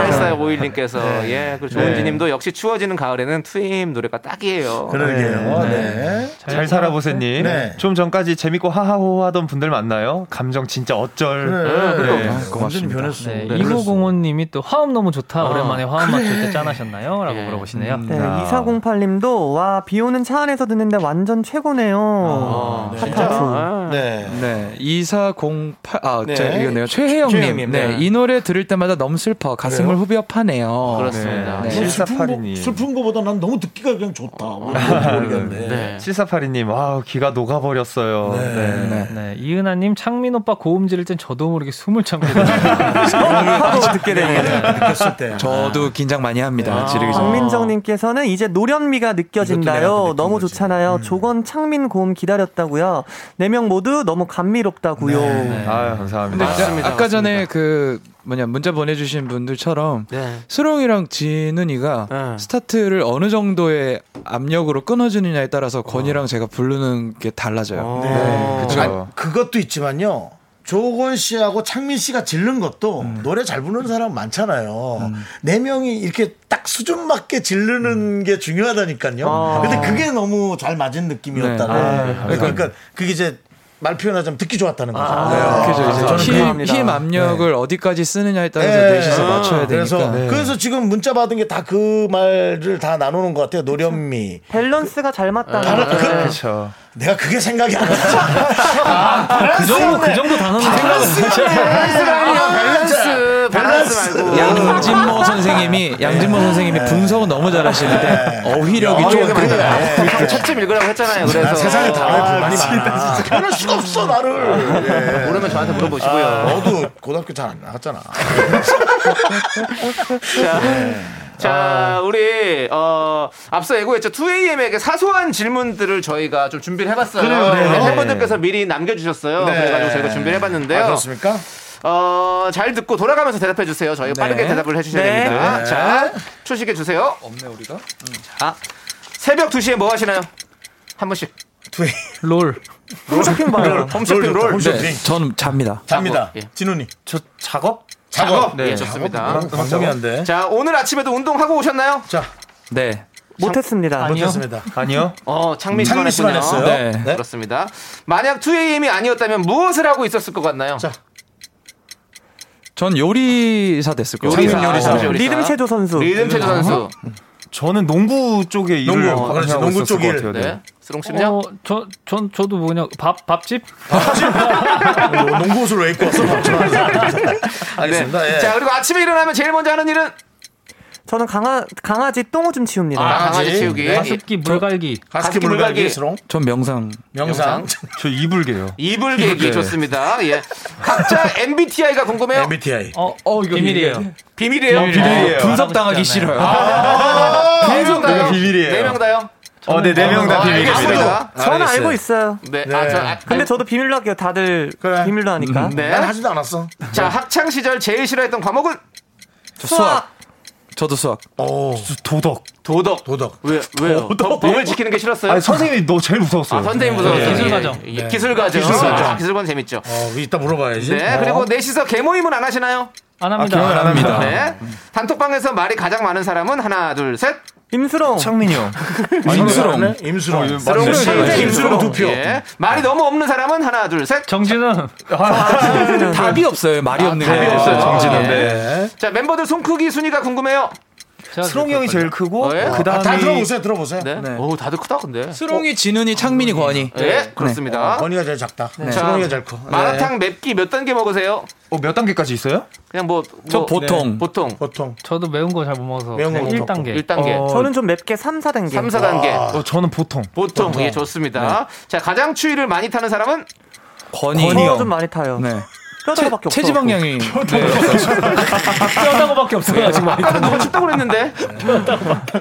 Speaker 3: K8451님께서 예, 그 조은지님도 역시 추워지는 가을에는 투임 노래가 딱이에요.
Speaker 2: 그러게요. 네.
Speaker 8: 잘 살아보세님.
Speaker 2: 네.
Speaker 8: 좀 전까지 재밌고 하하호 하던 분들 많나요? 감정 진짜 어쩔.
Speaker 2: 그래.
Speaker 8: 네.
Speaker 2: 완전히 변했어.
Speaker 9: 네,
Speaker 2: 그렇죠. 그래.
Speaker 9: 2905님이 또 화음 너무 좋다. 오랜만에 화음 맞출 때 짠하셨나요? 라고
Speaker 3: 예.
Speaker 9: 물어보시네요. 아,
Speaker 7: 네, 2408님도 와, 비 오는 차 안에서 듣는데 완전 최고네요.
Speaker 3: 진짜. 아,
Speaker 2: 네.
Speaker 6: 네, 2408, 아,
Speaker 2: 네.
Speaker 6: 제가 이거네요. 최혜영님.
Speaker 2: 최혜영님,
Speaker 6: 네,
Speaker 2: 네.
Speaker 6: 이 노래 들을 때마다 너무 슬퍼. 가슴을 후벼 파네요.
Speaker 3: 그렇습니다.
Speaker 6: 네.
Speaker 2: 너뭐 슬픈, 거,
Speaker 8: 7482님.
Speaker 2: 슬픈 거보다 난 너무 듣기가 그냥 좋다. 뭐 모르겠네.
Speaker 3: 네.
Speaker 8: 7482님, 와우, 귀가 녹아버렸어요. 네.
Speaker 9: 네, 이은하님 창민 오빠 고음 지를 땐 저도 모르게 숨을 참고 있어요.
Speaker 7: 하고 듣게 되네요.
Speaker 2: 느꼈을 때.
Speaker 6: 저도 긴장 많이 합니다. 지르기 전에.
Speaker 7: 박민정님께서는 이제
Speaker 6: 이것도
Speaker 7: 노련미가
Speaker 6: 내가
Speaker 7: 느껴진다요.
Speaker 6: 네, 느낀
Speaker 7: 너무
Speaker 6: 거지. 음.
Speaker 7: 좋잖아요. 조건 창민 고음 기다렸다고요. 네 명 모두 너무 감미롭다고요.
Speaker 6: 네.
Speaker 8: 아유, 감사합니다.
Speaker 3: 근데 맞습니다,
Speaker 6: 아까 전에
Speaker 3: 맞습니다.
Speaker 6: 그 뭐냐 문자 보내주신 분들처럼
Speaker 3: 네.
Speaker 6: 수롱이랑 진은이가
Speaker 3: 네.
Speaker 6: 스타트를 어느 정도의 압력으로 끊어주느냐에 따라서 권이랑 제가 부르는 게 달라져요.
Speaker 3: 네.
Speaker 8: 그쵸.
Speaker 2: 그것도 있지만요. 조건 씨하고 창민 씨가 질른 것도
Speaker 8: 음.
Speaker 2: 노래 잘 부르는 사람 많잖아요. 네 명이 이렇게 딱 수준 맞게
Speaker 8: 음.
Speaker 2: 질르는 게 중요하다니까요.
Speaker 8: 아.
Speaker 2: 근데 그게 너무 잘 맞은
Speaker 8: 네.
Speaker 2: 느낌이었다는. 그러니까, 그게 이제 말 표현하자면 듣기 좋았다는 거죠. 네.
Speaker 8: 아.
Speaker 6: 그죠 이제
Speaker 2: 아, 저는
Speaker 6: 힘,
Speaker 2: 그건-
Speaker 6: 힘 압력을 어디까지 쓰느냐에 따라서
Speaker 2: 예.
Speaker 6: 넷이서 맞춰야
Speaker 2: 그래서 네.
Speaker 6: 되니까. 네.
Speaker 2: 그래서 지금 문자 받은 게 다 그 말을 다 나누는 것 같아요. 노련미.
Speaker 7: 밸런스가 잘 맞다.
Speaker 2: 바로 그,
Speaker 8: 그렇죠.
Speaker 2: 내가 그게 생각이 안 나지. 아,
Speaker 9: 그 정도 그 정도 단어는
Speaker 3: 밸런스, 밸런스 말고.
Speaker 6: 양진모 선생님이 양진모 선생님이 분석은 너무 잘하시는데
Speaker 2: 네.
Speaker 6: 어휘력이 조금
Speaker 3: 형 첫점 읽으라고 했잖아요.
Speaker 2: 나
Speaker 3: 그래서
Speaker 2: 세상에 다른
Speaker 3: 아,
Speaker 2: 애들 많이 많아. 그럴 수가 없어 나를.
Speaker 3: 모르면 저한테 물어보시고요.
Speaker 2: 너도 고등학교 잘 안 나갔잖아.
Speaker 3: 자, 우리 어, 앞서 예고했죠. 2AM에게 사소한 질문들을 저희가 좀 준비를 해봤어요. 네, 팬분들께서 미리 남겨주셨어요.
Speaker 2: 네.
Speaker 3: 그래가지고 저희가 준비를
Speaker 2: 아,
Speaker 3: 해봤는데요.
Speaker 2: 그렇습니까?
Speaker 3: 어, 잘 듣고 돌아가면서 대답해 주세요. 저희가 빠르게 대답을 해주셔야 됩니다. 자, 초식해 주세요. 없네 우리가. 자, 새벽 2시에 뭐 하시나요? 한 분씩.
Speaker 9: 롤.
Speaker 7: 홈쇼핑 봐요.
Speaker 3: 홈쇼핑 롤.
Speaker 2: 홈쇼핑.
Speaker 6: 네, 저는 잡니다.
Speaker 2: 잡니다.
Speaker 3: 예.
Speaker 2: 진훈이.
Speaker 8: 저 작업?
Speaker 2: 작업.
Speaker 3: 예,
Speaker 6: 아,
Speaker 3: 좋습니다.
Speaker 2: 방송이 안 돼.
Speaker 3: 자, 오늘 아침에도 운동하고 오셨나요?
Speaker 6: 네.
Speaker 7: 못했습니다.
Speaker 2: 못했습니다.
Speaker 8: 아니요.
Speaker 3: 어, 창민 씨만
Speaker 2: 창민 씨만
Speaker 3: 했군요.
Speaker 2: 했어요.
Speaker 6: 네.
Speaker 3: 그렇습니다. 만약 2AM이 아니었다면 무엇을 하고 있었을 것 같나요?
Speaker 2: 자,
Speaker 6: 전 요리사 됐을 거예요.
Speaker 3: 요리사.
Speaker 6: 창민
Speaker 3: 아, 요리사.
Speaker 7: 리듬 체조
Speaker 8: 네.
Speaker 7: 선수.
Speaker 3: 리듬 체조 선수.
Speaker 8: 저는 농구 쪽에 일을
Speaker 2: 농구, 그렇지,
Speaker 8: 하고
Speaker 2: 농구
Speaker 8: 있었을
Speaker 2: 쪽
Speaker 8: 것
Speaker 2: 일.
Speaker 8: 같아요. 네.
Speaker 3: 네. 수롱
Speaker 9: 어,
Speaker 3: 씨는요?
Speaker 9: 저, 전, 저도 뭐냐, 밥, 밥집?
Speaker 2: 뭐 농구 옷을 왜 입고 왔어?
Speaker 3: 네.
Speaker 2: 알겠습니다. 예.
Speaker 3: 자, 그리고 아침에 일어나면 제일 먼저 하는 일은
Speaker 7: 저는 강아 강아지 똥오 좀 치웁니다.
Speaker 3: 아, 강아지 치우기.
Speaker 9: 가습기, 물갈기.
Speaker 2: 가스키
Speaker 3: 가습기 물갈기.
Speaker 2: 물갈기 수롱
Speaker 6: 전 명상.
Speaker 2: 명상
Speaker 8: 저 이불개요.
Speaker 3: 이불 계기 좋습니다. 예. 각자 MBTI가 궁금해요.
Speaker 2: MBTI.
Speaker 9: 어, 비밀이에요.
Speaker 3: 비밀이에요.
Speaker 6: 비밀이에요. 네, 분석 당하기 싫어요.
Speaker 3: 네명 다요.
Speaker 8: 비밀이에요.
Speaker 3: 네명 다요.
Speaker 8: 어, 네, 네 명 다
Speaker 3: 아,
Speaker 8: 비밀입니다.
Speaker 3: 알겠습니다.
Speaker 7: 저는 알고 있어요.
Speaker 3: 네. 아, 저, 아,
Speaker 7: 근데
Speaker 3: 근데
Speaker 7: 저도 비밀로 할게요. 다들
Speaker 2: 그래.
Speaker 7: 비밀로
Speaker 8: 음.
Speaker 7: 하니까.
Speaker 3: 네.
Speaker 2: 난 하지도 않았어.
Speaker 3: 자, 학창 시절 제일 싫어했던 과목은
Speaker 6: 저 수학. 저도 수학.
Speaker 2: 오.
Speaker 8: 도덕.
Speaker 3: 도덕.
Speaker 2: 어. 도덕.
Speaker 3: 왜 왜요? 법, 법을 지키는 게 싫었어요.
Speaker 8: 아니, 선생님이 너 제일 무서웠어요.
Speaker 3: 아, 선생님 무서워. 예,
Speaker 9: 네. 기술과정.
Speaker 3: 기술과정.
Speaker 2: 기술과정.
Speaker 3: 아, 기술과정 재밌죠.
Speaker 2: 어, 이따 물어봐야지.
Speaker 3: 네.
Speaker 2: 어.
Speaker 3: 그리고 넷이서 개모임은 안 하시나요?
Speaker 9: 안 합니다.
Speaker 6: 안 합니다.
Speaker 8: 아.
Speaker 3: 네. 단톡방에서 말이 가장 많은 사람은 하나, 둘, 셋.
Speaker 7: 임수롱.
Speaker 8: 창민이 형.
Speaker 6: 민수롱.
Speaker 2: 임수롱.
Speaker 8: 아, 맞네.
Speaker 3: 네.
Speaker 2: 임수롱 두 표.
Speaker 3: 예. 말이 너무 없는 사람은 하나, 둘, 셋.
Speaker 9: 정진은
Speaker 6: 답이 없어요. 말이 없는
Speaker 3: 답이
Speaker 6: 거예요.
Speaker 3: 없어요.
Speaker 6: 정진은.
Speaker 3: 예.
Speaker 2: 네.
Speaker 3: 자, 멤버들 손 크기 순위가 궁금해요.
Speaker 8: 수롱이 형이 제일 크고,
Speaker 3: 어, 예?
Speaker 8: 그
Speaker 2: 아, 다
Speaker 8: 다음이
Speaker 2: 들어보세요. 들어보세요.
Speaker 3: 네.
Speaker 6: 네.
Speaker 3: 오, 다들 크다, 근데.
Speaker 6: 수롱이, 진훈이, 창민이, 권이.
Speaker 3: 예,
Speaker 8: 네. 어,
Speaker 3: 그렇습니다.
Speaker 2: 권이가 제일 작다.
Speaker 3: 자,
Speaker 2: 수롱이가 제일 커.
Speaker 3: 네.
Speaker 2: 네.
Speaker 3: 마라탕 맵기 몇 단계 먹으세요?
Speaker 8: 어, 몇 단계까지 있어요?
Speaker 3: 그냥 뭐, 뭐
Speaker 6: 저 보통.
Speaker 3: 보통
Speaker 2: 보통.
Speaker 9: 저도 매운 거 잘 못 먹어서
Speaker 2: 매운 거못
Speaker 9: 1단계.
Speaker 3: 1단계,
Speaker 8: 어,
Speaker 7: 저는 좀 맵게 3, 4단계.
Speaker 3: 3, 4단계.
Speaker 8: 어, 저는 보통.
Speaker 3: 보통. 예, 좋습니다. 자, 가장 추위를 많이 타는 사람은
Speaker 6: 권이.
Speaker 7: 저좀 많이 타요.
Speaker 6: 네.
Speaker 7: 뼈다귀밖에 없어.
Speaker 6: 체지방량이.
Speaker 9: 뼈다고밖에 없어요. 지금 많이
Speaker 3: 아까 누가 춥다고 그랬는데?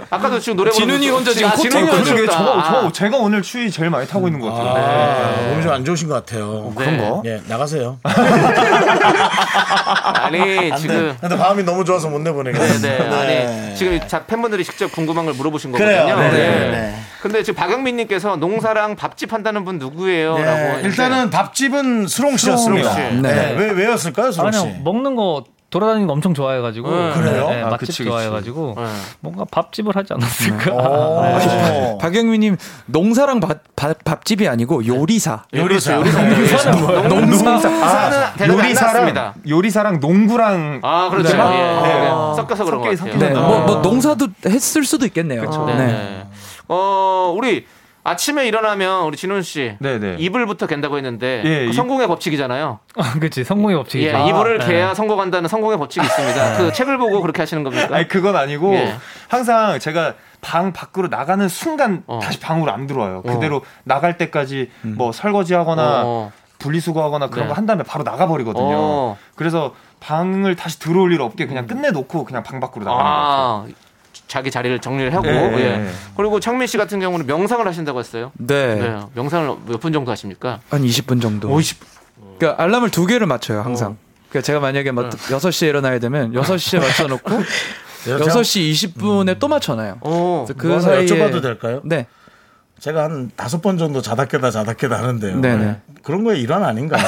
Speaker 3: 아까도 지금 노래 부르는
Speaker 6: 진훈이
Speaker 3: 거-
Speaker 6: 혼자 지금
Speaker 3: 아,
Speaker 6: 코트
Speaker 3: 진훈이
Speaker 6: 입고
Speaker 3: 혼자
Speaker 8: 그러게,
Speaker 3: 춥다.
Speaker 8: 저,
Speaker 3: 아.
Speaker 8: 저, 제가 오늘 추위 제일 많이 타고 있는 것 같아요.
Speaker 2: 아, 몸이 좀 안 좋으신 것 같아요.
Speaker 3: 네. 그런 거?
Speaker 2: 예, 나가세요.
Speaker 3: 아니 지금
Speaker 2: 근데 마음이 너무 좋아서 못 내보내겠어요.
Speaker 3: 네네 아니 지금 자, 팬분들이 직접 궁금한 걸 물어보신
Speaker 2: 그래요. 네,
Speaker 3: 거거든요. 네.
Speaker 2: 네, 네.
Speaker 3: 근데 지금 박영민님께서 농사랑 밥집 한다는 분
Speaker 2: 네,
Speaker 3: 누구예요?라고
Speaker 2: 일단은 밥집은 수롱 씨였습니다.
Speaker 3: 수롱 씨.
Speaker 2: 네.
Speaker 6: 네.
Speaker 2: 왜 왜였을까요, 수롱 씨?
Speaker 9: 아니요 먹는 거 돌아다니는 거 엄청 좋아해가지고
Speaker 2: 그래요?
Speaker 9: 네,
Speaker 8: 아,
Speaker 9: 맛집
Speaker 8: 그치, 그치.
Speaker 9: 좋아해가지고
Speaker 3: 네.
Speaker 9: 뭔가 밥집을 하지
Speaker 2: 음.
Speaker 6: 아,
Speaker 9: 않았을까
Speaker 2: 어, 아, 오.
Speaker 6: 박영민님 농사랑 밥, 밥, 밥집이 아니고 요리사.
Speaker 2: 요리사.
Speaker 3: 농사는 대답이 안 났습니다.
Speaker 8: 요리사랑, 요리사랑 농구랑.
Speaker 3: 아 그렇죠. 예.
Speaker 6: 네.
Speaker 8: 아, 네.
Speaker 3: 섞여서 그런 것 같아요.
Speaker 8: 섞여, 섞여.
Speaker 6: 네.
Speaker 8: 아.
Speaker 6: 뭐, 뭐 농사도 했을 수도 있겠네요.
Speaker 3: 네. 네. 어 우리 아침에 일어나면 우리 진훈 씨
Speaker 8: 네네.
Speaker 3: 이불부터 갠다고 했는데
Speaker 8: 예,
Speaker 3: 그
Speaker 8: 이-
Speaker 3: 성공의 법칙이잖아요.
Speaker 9: 그치 성공의
Speaker 3: 예,
Speaker 9: 법칙이죠
Speaker 3: 이불을 개야 성공한다는 성공의 법칙이 있습니다. 그 책을 보고 그렇게 하시는 겁니까?
Speaker 8: 아니 그건 아니고
Speaker 3: 예.
Speaker 8: 항상 제가 방 밖으로 나가는 순간
Speaker 3: 어.
Speaker 8: 다시 방으로 안 들어와요. 그대로 나갈 때까지 뭐 설거지하거나
Speaker 3: 어.
Speaker 8: 분리수거하거나 그런
Speaker 3: 네.
Speaker 8: 거 한 다음에 바로 나가 버리거든요.
Speaker 3: 어. 음.
Speaker 8: 그래서 방을 다시 들어올 일 없게 그냥 끝내놓고 그냥 방 밖으로 나가는 거예요.
Speaker 3: 아, 자기 자리를 정리를 하고.
Speaker 8: 예,
Speaker 3: 예.
Speaker 8: 예.
Speaker 3: 그리고 창민 씨 같은 경우는 명상을 하신다고 했어요.
Speaker 6: 네.
Speaker 3: 네. 명상을 몇 분 정도 하십니까?
Speaker 6: 한 20분 정도. 그러니까 알람을 두 개를 맞춰요, 항상. 그러니까 제가 만약에 막 6시에 일어나야 되면 6시에 맞춰 놓고 그 6시 20분에 또 맞춰 놔요.
Speaker 3: 어.
Speaker 6: 그래서
Speaker 2: 그
Speaker 6: 그 사이에
Speaker 2: 여쭤봐도 될까요?
Speaker 6: 네.
Speaker 2: 제가 한 다섯 번 정도 자다 깨다 자다 깨다 하는데요.
Speaker 6: 네네.
Speaker 2: 그런 거에 일환 아닌가요?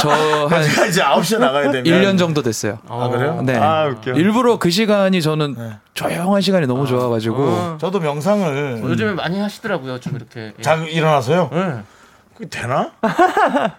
Speaker 6: 저한
Speaker 2: 제가 이제 9시에 나가야 되면
Speaker 6: 1년 정도 됐어요.
Speaker 2: 아 그래요?
Speaker 6: 네.
Speaker 8: 아 웃겨.
Speaker 6: 일부러 그 시간이 저는
Speaker 2: 네.
Speaker 6: 조용한 시간이 너무 좋아가지고
Speaker 2: 저도 명상을
Speaker 3: 어, 요즘에 많이 하시더라고요. 좀 이렇게. 예.
Speaker 2: 자 일어나서요.
Speaker 3: 네.
Speaker 2: 그게 되나?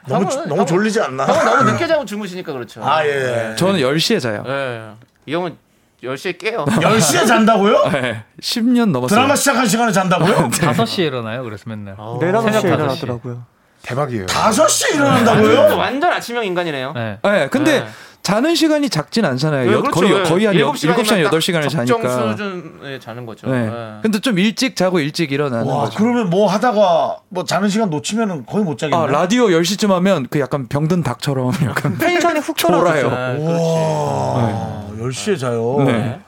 Speaker 2: 너무 조- 너무 졸리지 않나?
Speaker 3: 형은 너무 늦게 자고 주무시니까 그렇죠.
Speaker 2: 아 예.
Speaker 6: 네. 저는 10시에 자요.
Speaker 3: 예. 이 형은 10시에 깨요.
Speaker 2: 10시에 잔다고요?
Speaker 6: 네. 10년 넘었어요.
Speaker 2: 드라마 시작한 시간에 잔다고요?
Speaker 9: 5시에 일어나요. 그래서 맨날.
Speaker 7: 네 다섯 시에
Speaker 9: 새벽 다섯 시.
Speaker 7: 일어나더라고요.
Speaker 6: 네.
Speaker 8: 대박이에요.
Speaker 2: 5시에 일어난다고요?
Speaker 3: 아, 완전 아침형 인간이네요.
Speaker 9: 네.
Speaker 6: 네, 근데
Speaker 3: 네.
Speaker 6: 자는 시간이 작진 않잖아요.
Speaker 3: 예,
Speaker 6: 여-
Speaker 3: 그렇죠.
Speaker 6: 거의
Speaker 3: 예.
Speaker 6: 거의 한
Speaker 3: 일곱
Speaker 6: 7시간
Speaker 3: 시간이면
Speaker 6: 8시간을
Speaker 3: 딱
Speaker 6: 자니까.
Speaker 3: 적정 수준에 자는 거죠.
Speaker 6: 네.
Speaker 3: 예.
Speaker 6: 근데 좀 일찍 자고 일찍 일어나는
Speaker 2: 와
Speaker 6: 거죠.
Speaker 2: 그러면 뭐 하다가 뭐 자는 시간 놓치면은 거의 못 자겠네.
Speaker 6: 아, 라디오 10시쯤 하면 그 약간 병든 닭처럼 약간
Speaker 7: 텐션이 훅
Speaker 6: 돌아요.
Speaker 7: 떨어져요.
Speaker 3: 네.
Speaker 2: 와 아, 10시에 자요.
Speaker 6: 네.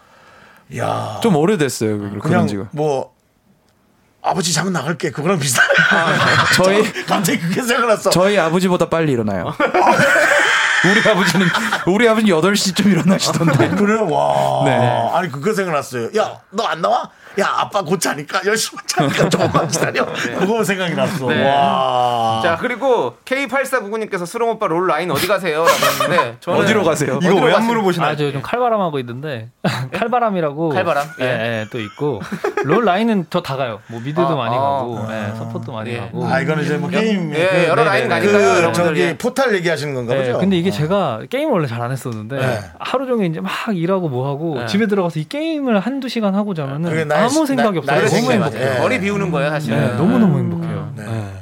Speaker 2: 야
Speaker 6: 좀 오래됐어요. 그런
Speaker 2: 그냥
Speaker 6: 지가.
Speaker 2: 뭐 아버지 장 나갈게 그거랑 비슷하네.
Speaker 6: 저희
Speaker 2: 갑자기 그게 생각났어.
Speaker 6: 아, 저희 아버지보다 빨리 일어나요. 우리 아버지는 우리 아버지 8시쯤 일어나시던데.
Speaker 2: 그래 와.
Speaker 6: 네.
Speaker 2: 아니 그거 생각났어요. 야 너 안 나와? 야 아빠 곧 자니까 열심히 자니까 조금만 기다려. 그거 생각이 났어.
Speaker 3: 네.
Speaker 2: 와.
Speaker 3: 자 그리고 K8499님께서 수롱 오빠 롤 라인 어디 가세요? 라고 했는데 저는
Speaker 6: 어디로 가세요?
Speaker 2: 이거 왜 안 물어보시나요?
Speaker 9: 아, 저 요즘 칼바람 하고 있는데
Speaker 2: 네?
Speaker 9: 칼바람이라고
Speaker 3: 칼바람?
Speaker 9: 예, 예, 또 있고 롤 라인은 저 다 가요. 뭐 미드도
Speaker 3: 아,
Speaker 9: 많이
Speaker 3: 아.
Speaker 9: 가고 예, 서포트도 많이
Speaker 3: 예.
Speaker 9: 가고.
Speaker 2: 아 이거는 이제 뭐 게임
Speaker 3: 예,
Speaker 2: 그,
Speaker 3: 여러
Speaker 2: 네,
Speaker 3: 라인
Speaker 2: 네,
Speaker 3: 가니까요,
Speaker 2: 그
Speaker 3: 여러분들.
Speaker 2: 저기
Speaker 3: 예.
Speaker 2: 포탈 얘기하시는 건가
Speaker 9: 예,
Speaker 2: 보죠. 어.
Speaker 9: 근데 이게 제가 게임을 원래 잘 안 했었는데
Speaker 2: 네.
Speaker 9: 하루 종일 이제 막 일하고 뭐 하고
Speaker 3: 네.
Speaker 9: 집에 들어가서 이 게임을 한두 시간 하고 자면은
Speaker 2: 그게 나의
Speaker 9: 아무
Speaker 2: 시-
Speaker 9: 생각이
Speaker 2: 나-
Speaker 9: 없어요.
Speaker 2: 나의
Speaker 9: 너무
Speaker 2: 시간이
Speaker 9: 행복해요.
Speaker 2: 맞아요. 예.
Speaker 3: 머리 비우는 거예요 사실.
Speaker 9: 네, 너무너무 행복해요.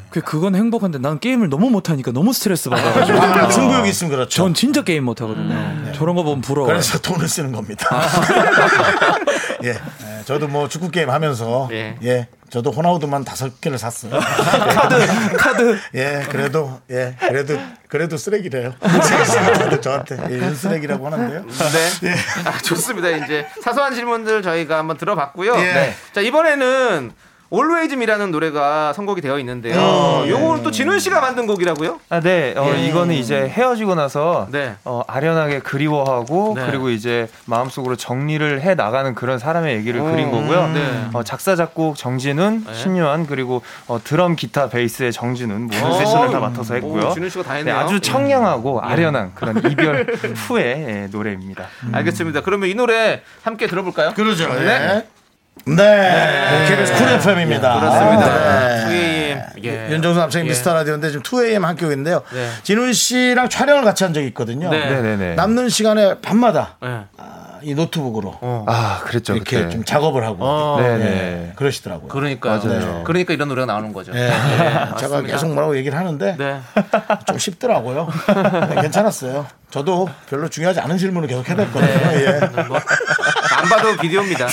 Speaker 6: 그 그건 행복한데 난 게임을 너무 못 하니까 너무 스트레스 받아 음, 네. 가지고.
Speaker 2: 아, 승부욕이 있으면 그렇죠.
Speaker 6: 전 진짜 게임 못 하거든요. 저런 거 보면
Speaker 3: 어.
Speaker 6: 부러워요.
Speaker 2: 그래서 돈을 쓰는 겁니다.
Speaker 3: 아.
Speaker 2: 예, 예, 저도 뭐 축구 게임 하면서
Speaker 3: 예.
Speaker 2: 예, 저도 호나우드만 다섯 개를 샀어요.
Speaker 6: 카드 카드
Speaker 2: 예, 그래도 예, 그래도 그래도 쓰레기래요. 다들 저한테 예, 이건 쓰레기라고 하는데요.
Speaker 3: 네. 아, 좋습니다. 이제 사소한 질문들 저희가 한번 들어봤고요.
Speaker 2: 예.
Speaker 3: 네. 자 이번에는 Always이라는 노래가 선곡이 되어 있는데요.
Speaker 5: 음.
Speaker 3: 요거는 또 진훈 씨가 만든 곡이라고요?
Speaker 5: 아, 네. 어,
Speaker 2: 예.
Speaker 5: 이거는 이제 헤어지고 나서
Speaker 3: 네.
Speaker 5: 어, 아련하게 그리워하고
Speaker 3: 네.
Speaker 5: 그리고 이제 마음속으로 정리를 해 나가는 그런 사람의 얘기를 그린 거고요.
Speaker 3: 어.
Speaker 9: 음.
Speaker 3: 네.
Speaker 5: 어, 작사 작곡 정진훈,
Speaker 9: 네.
Speaker 5: 신요한 그리고 어, 드럼 기타 베이스의 정진훈
Speaker 9: 어.
Speaker 5: 모든 어. 세션을 다 맡아서 했고요.
Speaker 3: 오, 진훈 씨가 다
Speaker 5: 네,
Speaker 3: 했네요.
Speaker 6: 예.
Speaker 5: 아주 청량하고 아련한 그런 이별 후의 예, 노래입니다.
Speaker 6: 아,
Speaker 3: 음. 알겠습니다. 그러면 이 노래 함께 들어볼까요?
Speaker 2: 그러죠.
Speaker 3: 네.
Speaker 2: 예. 네. KBS 쿨 FM입니다.
Speaker 5: 아, 네.
Speaker 2: 아, 네.
Speaker 3: 그렇습니다. 후예임. 예.
Speaker 2: 윤정수 남창희
Speaker 3: 예.
Speaker 2: 미스터 라디오인데 지금 2AM 학교인데요.
Speaker 3: 네.
Speaker 2: 진훈 씨랑 촬영을 같이 한 적이 있거든요.
Speaker 3: 네.
Speaker 8: 네네네.
Speaker 2: 남는 시간에 밤마다
Speaker 3: 예.
Speaker 2: 아, 이 노트북으로
Speaker 8: 아 그랬죠
Speaker 2: 이렇게
Speaker 8: 그때.
Speaker 2: 좀 작업을 하고
Speaker 3: 어,
Speaker 8: 네네.
Speaker 2: 예, 그러시더라고요.
Speaker 3: 그러니까요.
Speaker 8: 맞아요.
Speaker 3: 그러니까 이런 노래가 나오는 거죠.
Speaker 2: 예, 제가
Speaker 3: 맞습니다.
Speaker 2: 계속 뭐라고 얘기를 하는데 아,
Speaker 3: 네.
Speaker 2: 좀 쉽더라고요. 네, 괜찮았어요. 저도 별로 중요하지 않은 질문을 계속 해댔거든요. 예.
Speaker 3: 뭐, 안 봐도 비디오입니다.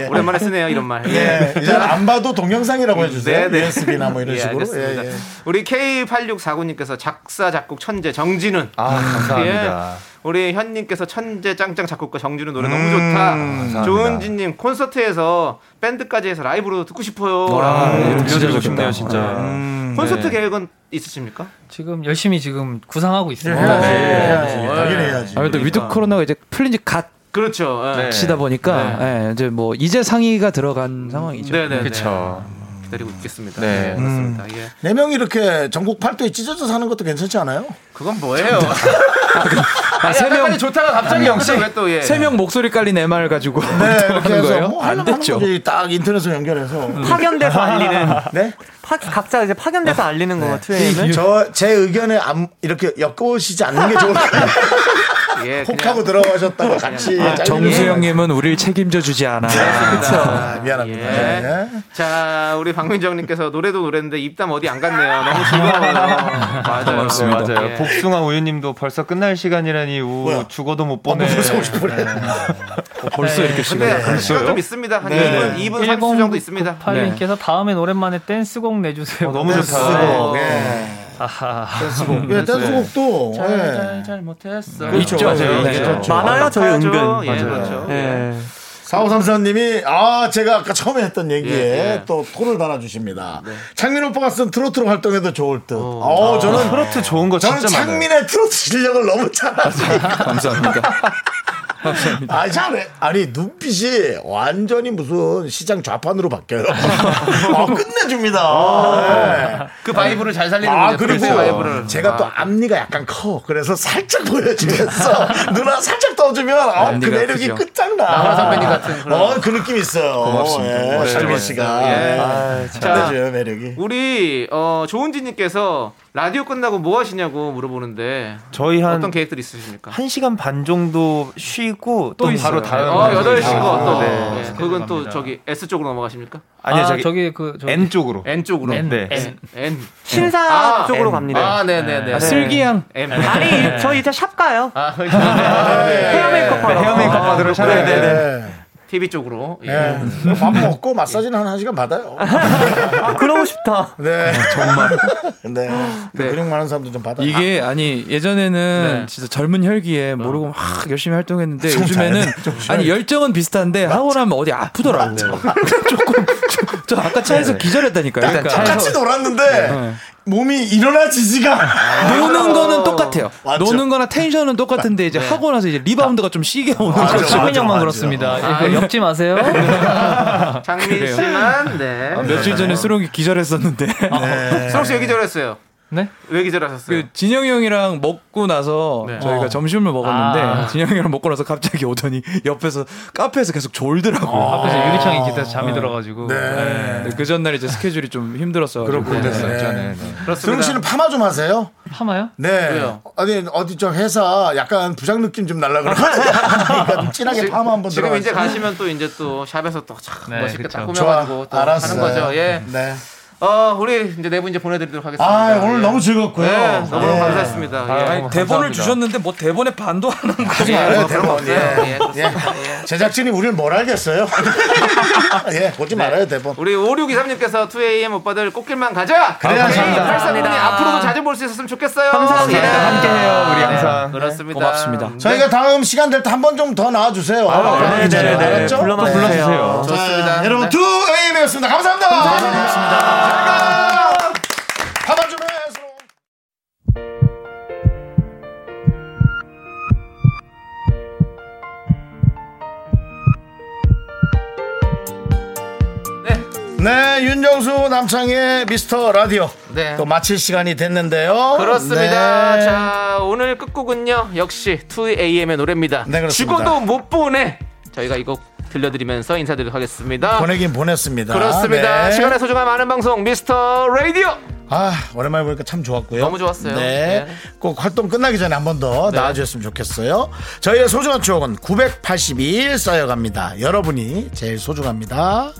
Speaker 3: 예. 오랜만에 쓰네요, 이런 말.
Speaker 2: 예, 이제 안 봐도 동영상이라고 해주세요.
Speaker 3: 네, 네.
Speaker 2: USB나 뭐 이런
Speaker 3: 예,
Speaker 2: 식으로.
Speaker 3: 알겠습니다.
Speaker 2: 예, 예.
Speaker 3: 우리 K8649님께서 작사, 작곡, 천재, 정진훈.
Speaker 5: 아, 감사합니다.
Speaker 3: 예. 우리 현님께서 천재 짱짱 작곡가 정진훈 노래 너무 좋다. 조은진님 콘서트에서 밴드까지 해서 라이브로 듣고 싶어요. 라고 음,
Speaker 5: 음, 들려드리고
Speaker 6: 좋겠다.
Speaker 5: 싶네요, 진짜.
Speaker 3: 콘서트 계획은 있으십니까?
Speaker 9: 지금 열심히 지금 구상하고 있어요.
Speaker 2: 해야지.
Speaker 3: 네.
Speaker 2: 해야지.
Speaker 3: 네.
Speaker 2: 당연히 해야지.
Speaker 6: 아무래도 위드 코로나가 이제 풀린 지갓
Speaker 3: 그렇죠. 예.
Speaker 5: 네.
Speaker 6: 시다 보니까 예, 이제 뭐 이제 상의가 들어간 상황이죠.
Speaker 3: 네네.
Speaker 5: 그렇죠.
Speaker 3: 기다리고 있겠습니다.
Speaker 5: 네.
Speaker 3: 네, 그렇습니다. 예.
Speaker 2: 네 명 이렇게 전국 팔도에 찢어져 사는 것도 괜찮지 않아요?
Speaker 3: 그건 뭐예요?
Speaker 2: 네.
Speaker 6: 아, 세 명,
Speaker 3: 아니 좋다가 갑자기 영식 왜또
Speaker 5: 네.
Speaker 3: 예.
Speaker 6: 세 명 목소리 깔린 MR 가지고
Speaker 2: 네,
Speaker 6: 또
Speaker 2: 이렇게
Speaker 6: 하는
Speaker 2: 해서
Speaker 6: 거예요?
Speaker 2: 뭐
Speaker 6: 안
Speaker 2: 하려고 하는
Speaker 6: 됐죠.
Speaker 2: 거지. 딱 인터넷으로 연결해서.
Speaker 7: 파견돼서 알리는
Speaker 2: 네?
Speaker 7: 파, 각자 이제
Speaker 3: 네.
Speaker 7: 파견돼서 알리는 거고 트웨이는
Speaker 2: 저, 제 의견에 안, 이렇게 엮으시지 않는 게 좋을 것 같아요.
Speaker 3: 예, 그냥-
Speaker 2: 혹하고 들어가셨다가 같이. 아, 잘리는
Speaker 6: 정수영님은 우리를 책임져 주지 않아.
Speaker 2: 아, 미안합니다.
Speaker 3: 예.
Speaker 2: 예.
Speaker 3: 자, 우리 박민정님께서 노래도 노래인데 입담 어디 안 갔네요. 너무 즐거워요. 맞아요.
Speaker 6: 고맙습니다.
Speaker 5: 맞아요.
Speaker 3: 예.
Speaker 5: 복숭아 우유님도 벌써 끝날 시간이라니 우
Speaker 2: 뭐야? 아,
Speaker 5: 죽어도 못 보내.
Speaker 2: 무서워 죽어버려.
Speaker 6: 벌써 이렇게 시간.
Speaker 3: 근데 시간 좀 있습니다. 한 2분, 2분 30초 정도 있습니다. 네.
Speaker 9: 파리님께서 다음엔 오랜만에 댄스곡 내주세요.
Speaker 5: 네. 어, 너무 좋다.
Speaker 2: 쓰고, 예.
Speaker 9: 아하.
Speaker 2: 댄스곡. 예, 댄스곡도. 예.
Speaker 3: 잘 못했어.
Speaker 6: 그렇죠.
Speaker 5: 네. 맞아요.
Speaker 6: 네.
Speaker 5: 그렇죠.
Speaker 7: 많아요 저희 은근.
Speaker 3: 예, 그렇죠.
Speaker 5: 예.
Speaker 2: 4534님이, 아, 제가 아까 처음에 했던 얘기에
Speaker 3: 예, 예.
Speaker 2: 또 톤을 달아주십니다. 창민 오빠가 쓴 트로트로 활동해도 좋을 듯. 어,
Speaker 3: 아,
Speaker 2: 저는.
Speaker 5: 트로트 좋은 거
Speaker 2: 저는
Speaker 5: 진짜 많아요.
Speaker 2: 창민의 트로트 실력을 너무 잘 알아서
Speaker 6: 감사합니다. 감사합니다.
Speaker 2: 아, 잘해. 아니, 눈빛이 완전히 무슨 시장 좌판으로 바뀌어요. 아, 끝내줍니다. 네.
Speaker 3: 그 바이브를 잘 살리는
Speaker 2: 아,
Speaker 3: 거죠.
Speaker 2: 그리고
Speaker 3: 프레스 바이브를.
Speaker 2: 제가 또 앞니가 약간 커. 그래서 살짝 보여주면서 누나 살짝 떠주면 어, 그
Speaker 6: 앞니가
Speaker 2: 매력이
Speaker 6: 크죠.
Speaker 2: 끝장나.
Speaker 3: 나훈아 선배님 같은 그런.
Speaker 2: 어, 그 느낌 있어요.
Speaker 6: 고맙습니다.
Speaker 2: 예,
Speaker 6: 멋있죠,
Speaker 2: 민 씨가.
Speaker 3: 예.
Speaker 2: 아, 잘해줘요, 매력이.
Speaker 3: 우리 어, 조은지님께서 라디오 끝나고 뭐 하시냐고 물어보는데
Speaker 5: 저희 한
Speaker 3: 어떤 계획들 있으십니까?
Speaker 5: 한 시간 반 정도 쉬고 또, 바로 다음
Speaker 3: 어,
Speaker 5: 방송이
Speaker 3: 8시 거
Speaker 5: 있어요.
Speaker 3: 또.
Speaker 5: 네.
Speaker 3: 네. 그건 또 저기 S 쪽으로 넘어가십니까?
Speaker 5: 아니요
Speaker 9: 아,
Speaker 5: 저기,
Speaker 9: 저기 그 저기
Speaker 5: N 쪽으로
Speaker 3: N 쪽으로.
Speaker 5: N, 네.
Speaker 3: N. N.
Speaker 7: 신사
Speaker 3: 아,
Speaker 7: 쪽으로
Speaker 5: M.
Speaker 7: 갑니다.
Speaker 3: 아, 네, 네, 네.
Speaker 9: 아, 슬기양
Speaker 3: M.
Speaker 7: 아니 저 이제 샵 가요.
Speaker 3: 아, 네.
Speaker 7: 헤어 메이크업 하러.
Speaker 5: 헤어 메이크업 받으러 촬영해야 네.
Speaker 2: 네.
Speaker 5: 되는
Speaker 3: TV 쪽으로. 예.
Speaker 2: 예. 밥 먹고 마사지는 한 1시간 받아요.
Speaker 7: 아 그러고 싶다.
Speaker 2: 네.
Speaker 6: 아,
Speaker 2: 정말. 네. 근육 많은 사람도 좀 받아요.
Speaker 6: 이게 아니 예전에는
Speaker 3: 네.
Speaker 6: 진짜 젊은 혈기에 모르고 막 열심히 활동했는데 요즘에는
Speaker 2: 잘해. 좀 잘해.
Speaker 6: 아니 열정은 비슷한데 하고 나면 어디 아프더라고요. 조금 저, 저 아까 차에서 기절했다니까요.
Speaker 2: 아,
Speaker 6: 그러니까
Speaker 2: 똑같이 놀았는데 몸이 일어나지지가
Speaker 6: 아, 노는 거는 똑같아요.
Speaker 2: 맞죠. 네.
Speaker 6: 노는 거나 텐션은 똑같은데 이제 하고 나서 이제 리바운드가 좀 시게 오는
Speaker 2: 맞아,
Speaker 6: 거죠.
Speaker 2: 맞아,
Speaker 9: 형만
Speaker 2: 맞아.
Speaker 9: 그렇습니다.
Speaker 3: 아,
Speaker 9: 그 엮지 마세요.
Speaker 3: 장민 씨만 네.
Speaker 6: 며칠 전에 수롱이 기절했었는데
Speaker 2: 아.
Speaker 3: 수록 씨 여기 절했어요.
Speaker 9: 네?
Speaker 3: 왜 기절하셨어요?
Speaker 6: 그 진영이 형이랑 먹고 나서
Speaker 3: 네.
Speaker 6: 저희가
Speaker 9: 어.
Speaker 6: 점심을 먹었는데
Speaker 9: 아.
Speaker 6: 진영이 형이랑 먹고 나서 갑자기 오더니 옆에서 카페에서 계속 졸더라고.
Speaker 2: 아.
Speaker 6: 요
Speaker 9: 앞에서 유리창이 기타 잠이 들어가지고. 네.
Speaker 6: 그 전날 이제 스케줄이 좀 힘들었어.
Speaker 2: 그렇군요. 네.
Speaker 3: 그렇습니다.
Speaker 2: 수영 씨는 파마 좀 하세요.
Speaker 9: 파마요?
Speaker 2: 네.
Speaker 3: 왜요?
Speaker 2: 어디 어디 저 회사 약간 부장 느낌 좀 날라 그러고. 그러니까 좀 진하게 파마 한번 들어.
Speaker 3: 지금 이제 가시면 또 이제 또 샵에서 또참
Speaker 9: 네,
Speaker 3: 멋있게 딱
Speaker 9: 그쵸.
Speaker 3: 꾸며가지고 또
Speaker 2: 알았어요.
Speaker 3: 하는 거죠. 예.
Speaker 2: 네.
Speaker 3: 어, 우리 이제 네분 이제 보내드리도록 하겠습니다.
Speaker 2: 아
Speaker 3: 예.
Speaker 2: 오늘 너무 즐겁고요.
Speaker 3: 네, 너무
Speaker 2: 예.
Speaker 3: 감사했습니다. 예.
Speaker 6: 아니, 대본을 주셨는데 뭐 대본에 반도 안 한 거.
Speaker 3: 예,
Speaker 2: 말아요,
Speaker 3: 뭐
Speaker 2: 대본.
Speaker 3: 별거 없네요. 예,
Speaker 2: 예.
Speaker 3: 그렇습니다. 예.
Speaker 2: 제작진이 우리를 뭘 알겠어요? 예, 보지 말아요 대본.
Speaker 3: 네. 우리 5623님께서 2AM 오빠들 꽃길만 가자!
Speaker 2: 그래요, 감사합니다.
Speaker 3: 발사분이 앞으로도 자주 볼 수 있었으면 좋겠어요.
Speaker 7: 감사합니다.
Speaker 3: 함께해요, 우리 항상. 그렇습니다.
Speaker 6: 고맙습니다.
Speaker 2: 저희가 다음 시간 될 때 한 번 좀 더 나와주세요.
Speaker 3: 아,
Speaker 7: 네, 네, 네, 네.
Speaker 2: 알았죠?
Speaker 7: 불러만
Speaker 2: 네.
Speaker 7: 불러주세요.
Speaker 2: 자,
Speaker 3: 네.
Speaker 2: 여러분 두 AM이었습니다. 감사합니다. 감사합니다. 파마 좀 해. 서로. 네, 윤정수 남창의 미스터 라디오
Speaker 3: 네.
Speaker 2: 또 마칠 시간이 됐는데요.
Speaker 3: 그렇습니다.
Speaker 2: 네.
Speaker 3: 자, 오늘 끝곡은요. 역시 2AM의 노래입니다.
Speaker 2: 네, 그렇습니다.
Speaker 3: 죽어도 못 보내. 저희가 이 곡 들려드리면서 인사드리도록 하겠습니다.
Speaker 2: 보내긴 보냈습니다.
Speaker 3: 그렇습니다.
Speaker 2: 네.
Speaker 3: 시간의 소중함 아는 방송 미스터 라디오.
Speaker 2: 아 오랜만에 보니까 참 좋았고요.
Speaker 3: 너무 좋았어요.
Speaker 2: 네,
Speaker 3: 네.
Speaker 2: 꼭 활동 끝나기 전에 한 번 더 나와주셨으면 좋겠어요. 저희의 소중한 추억은 982일 쌓여갑니다. 여러분이 제일 소중합니다.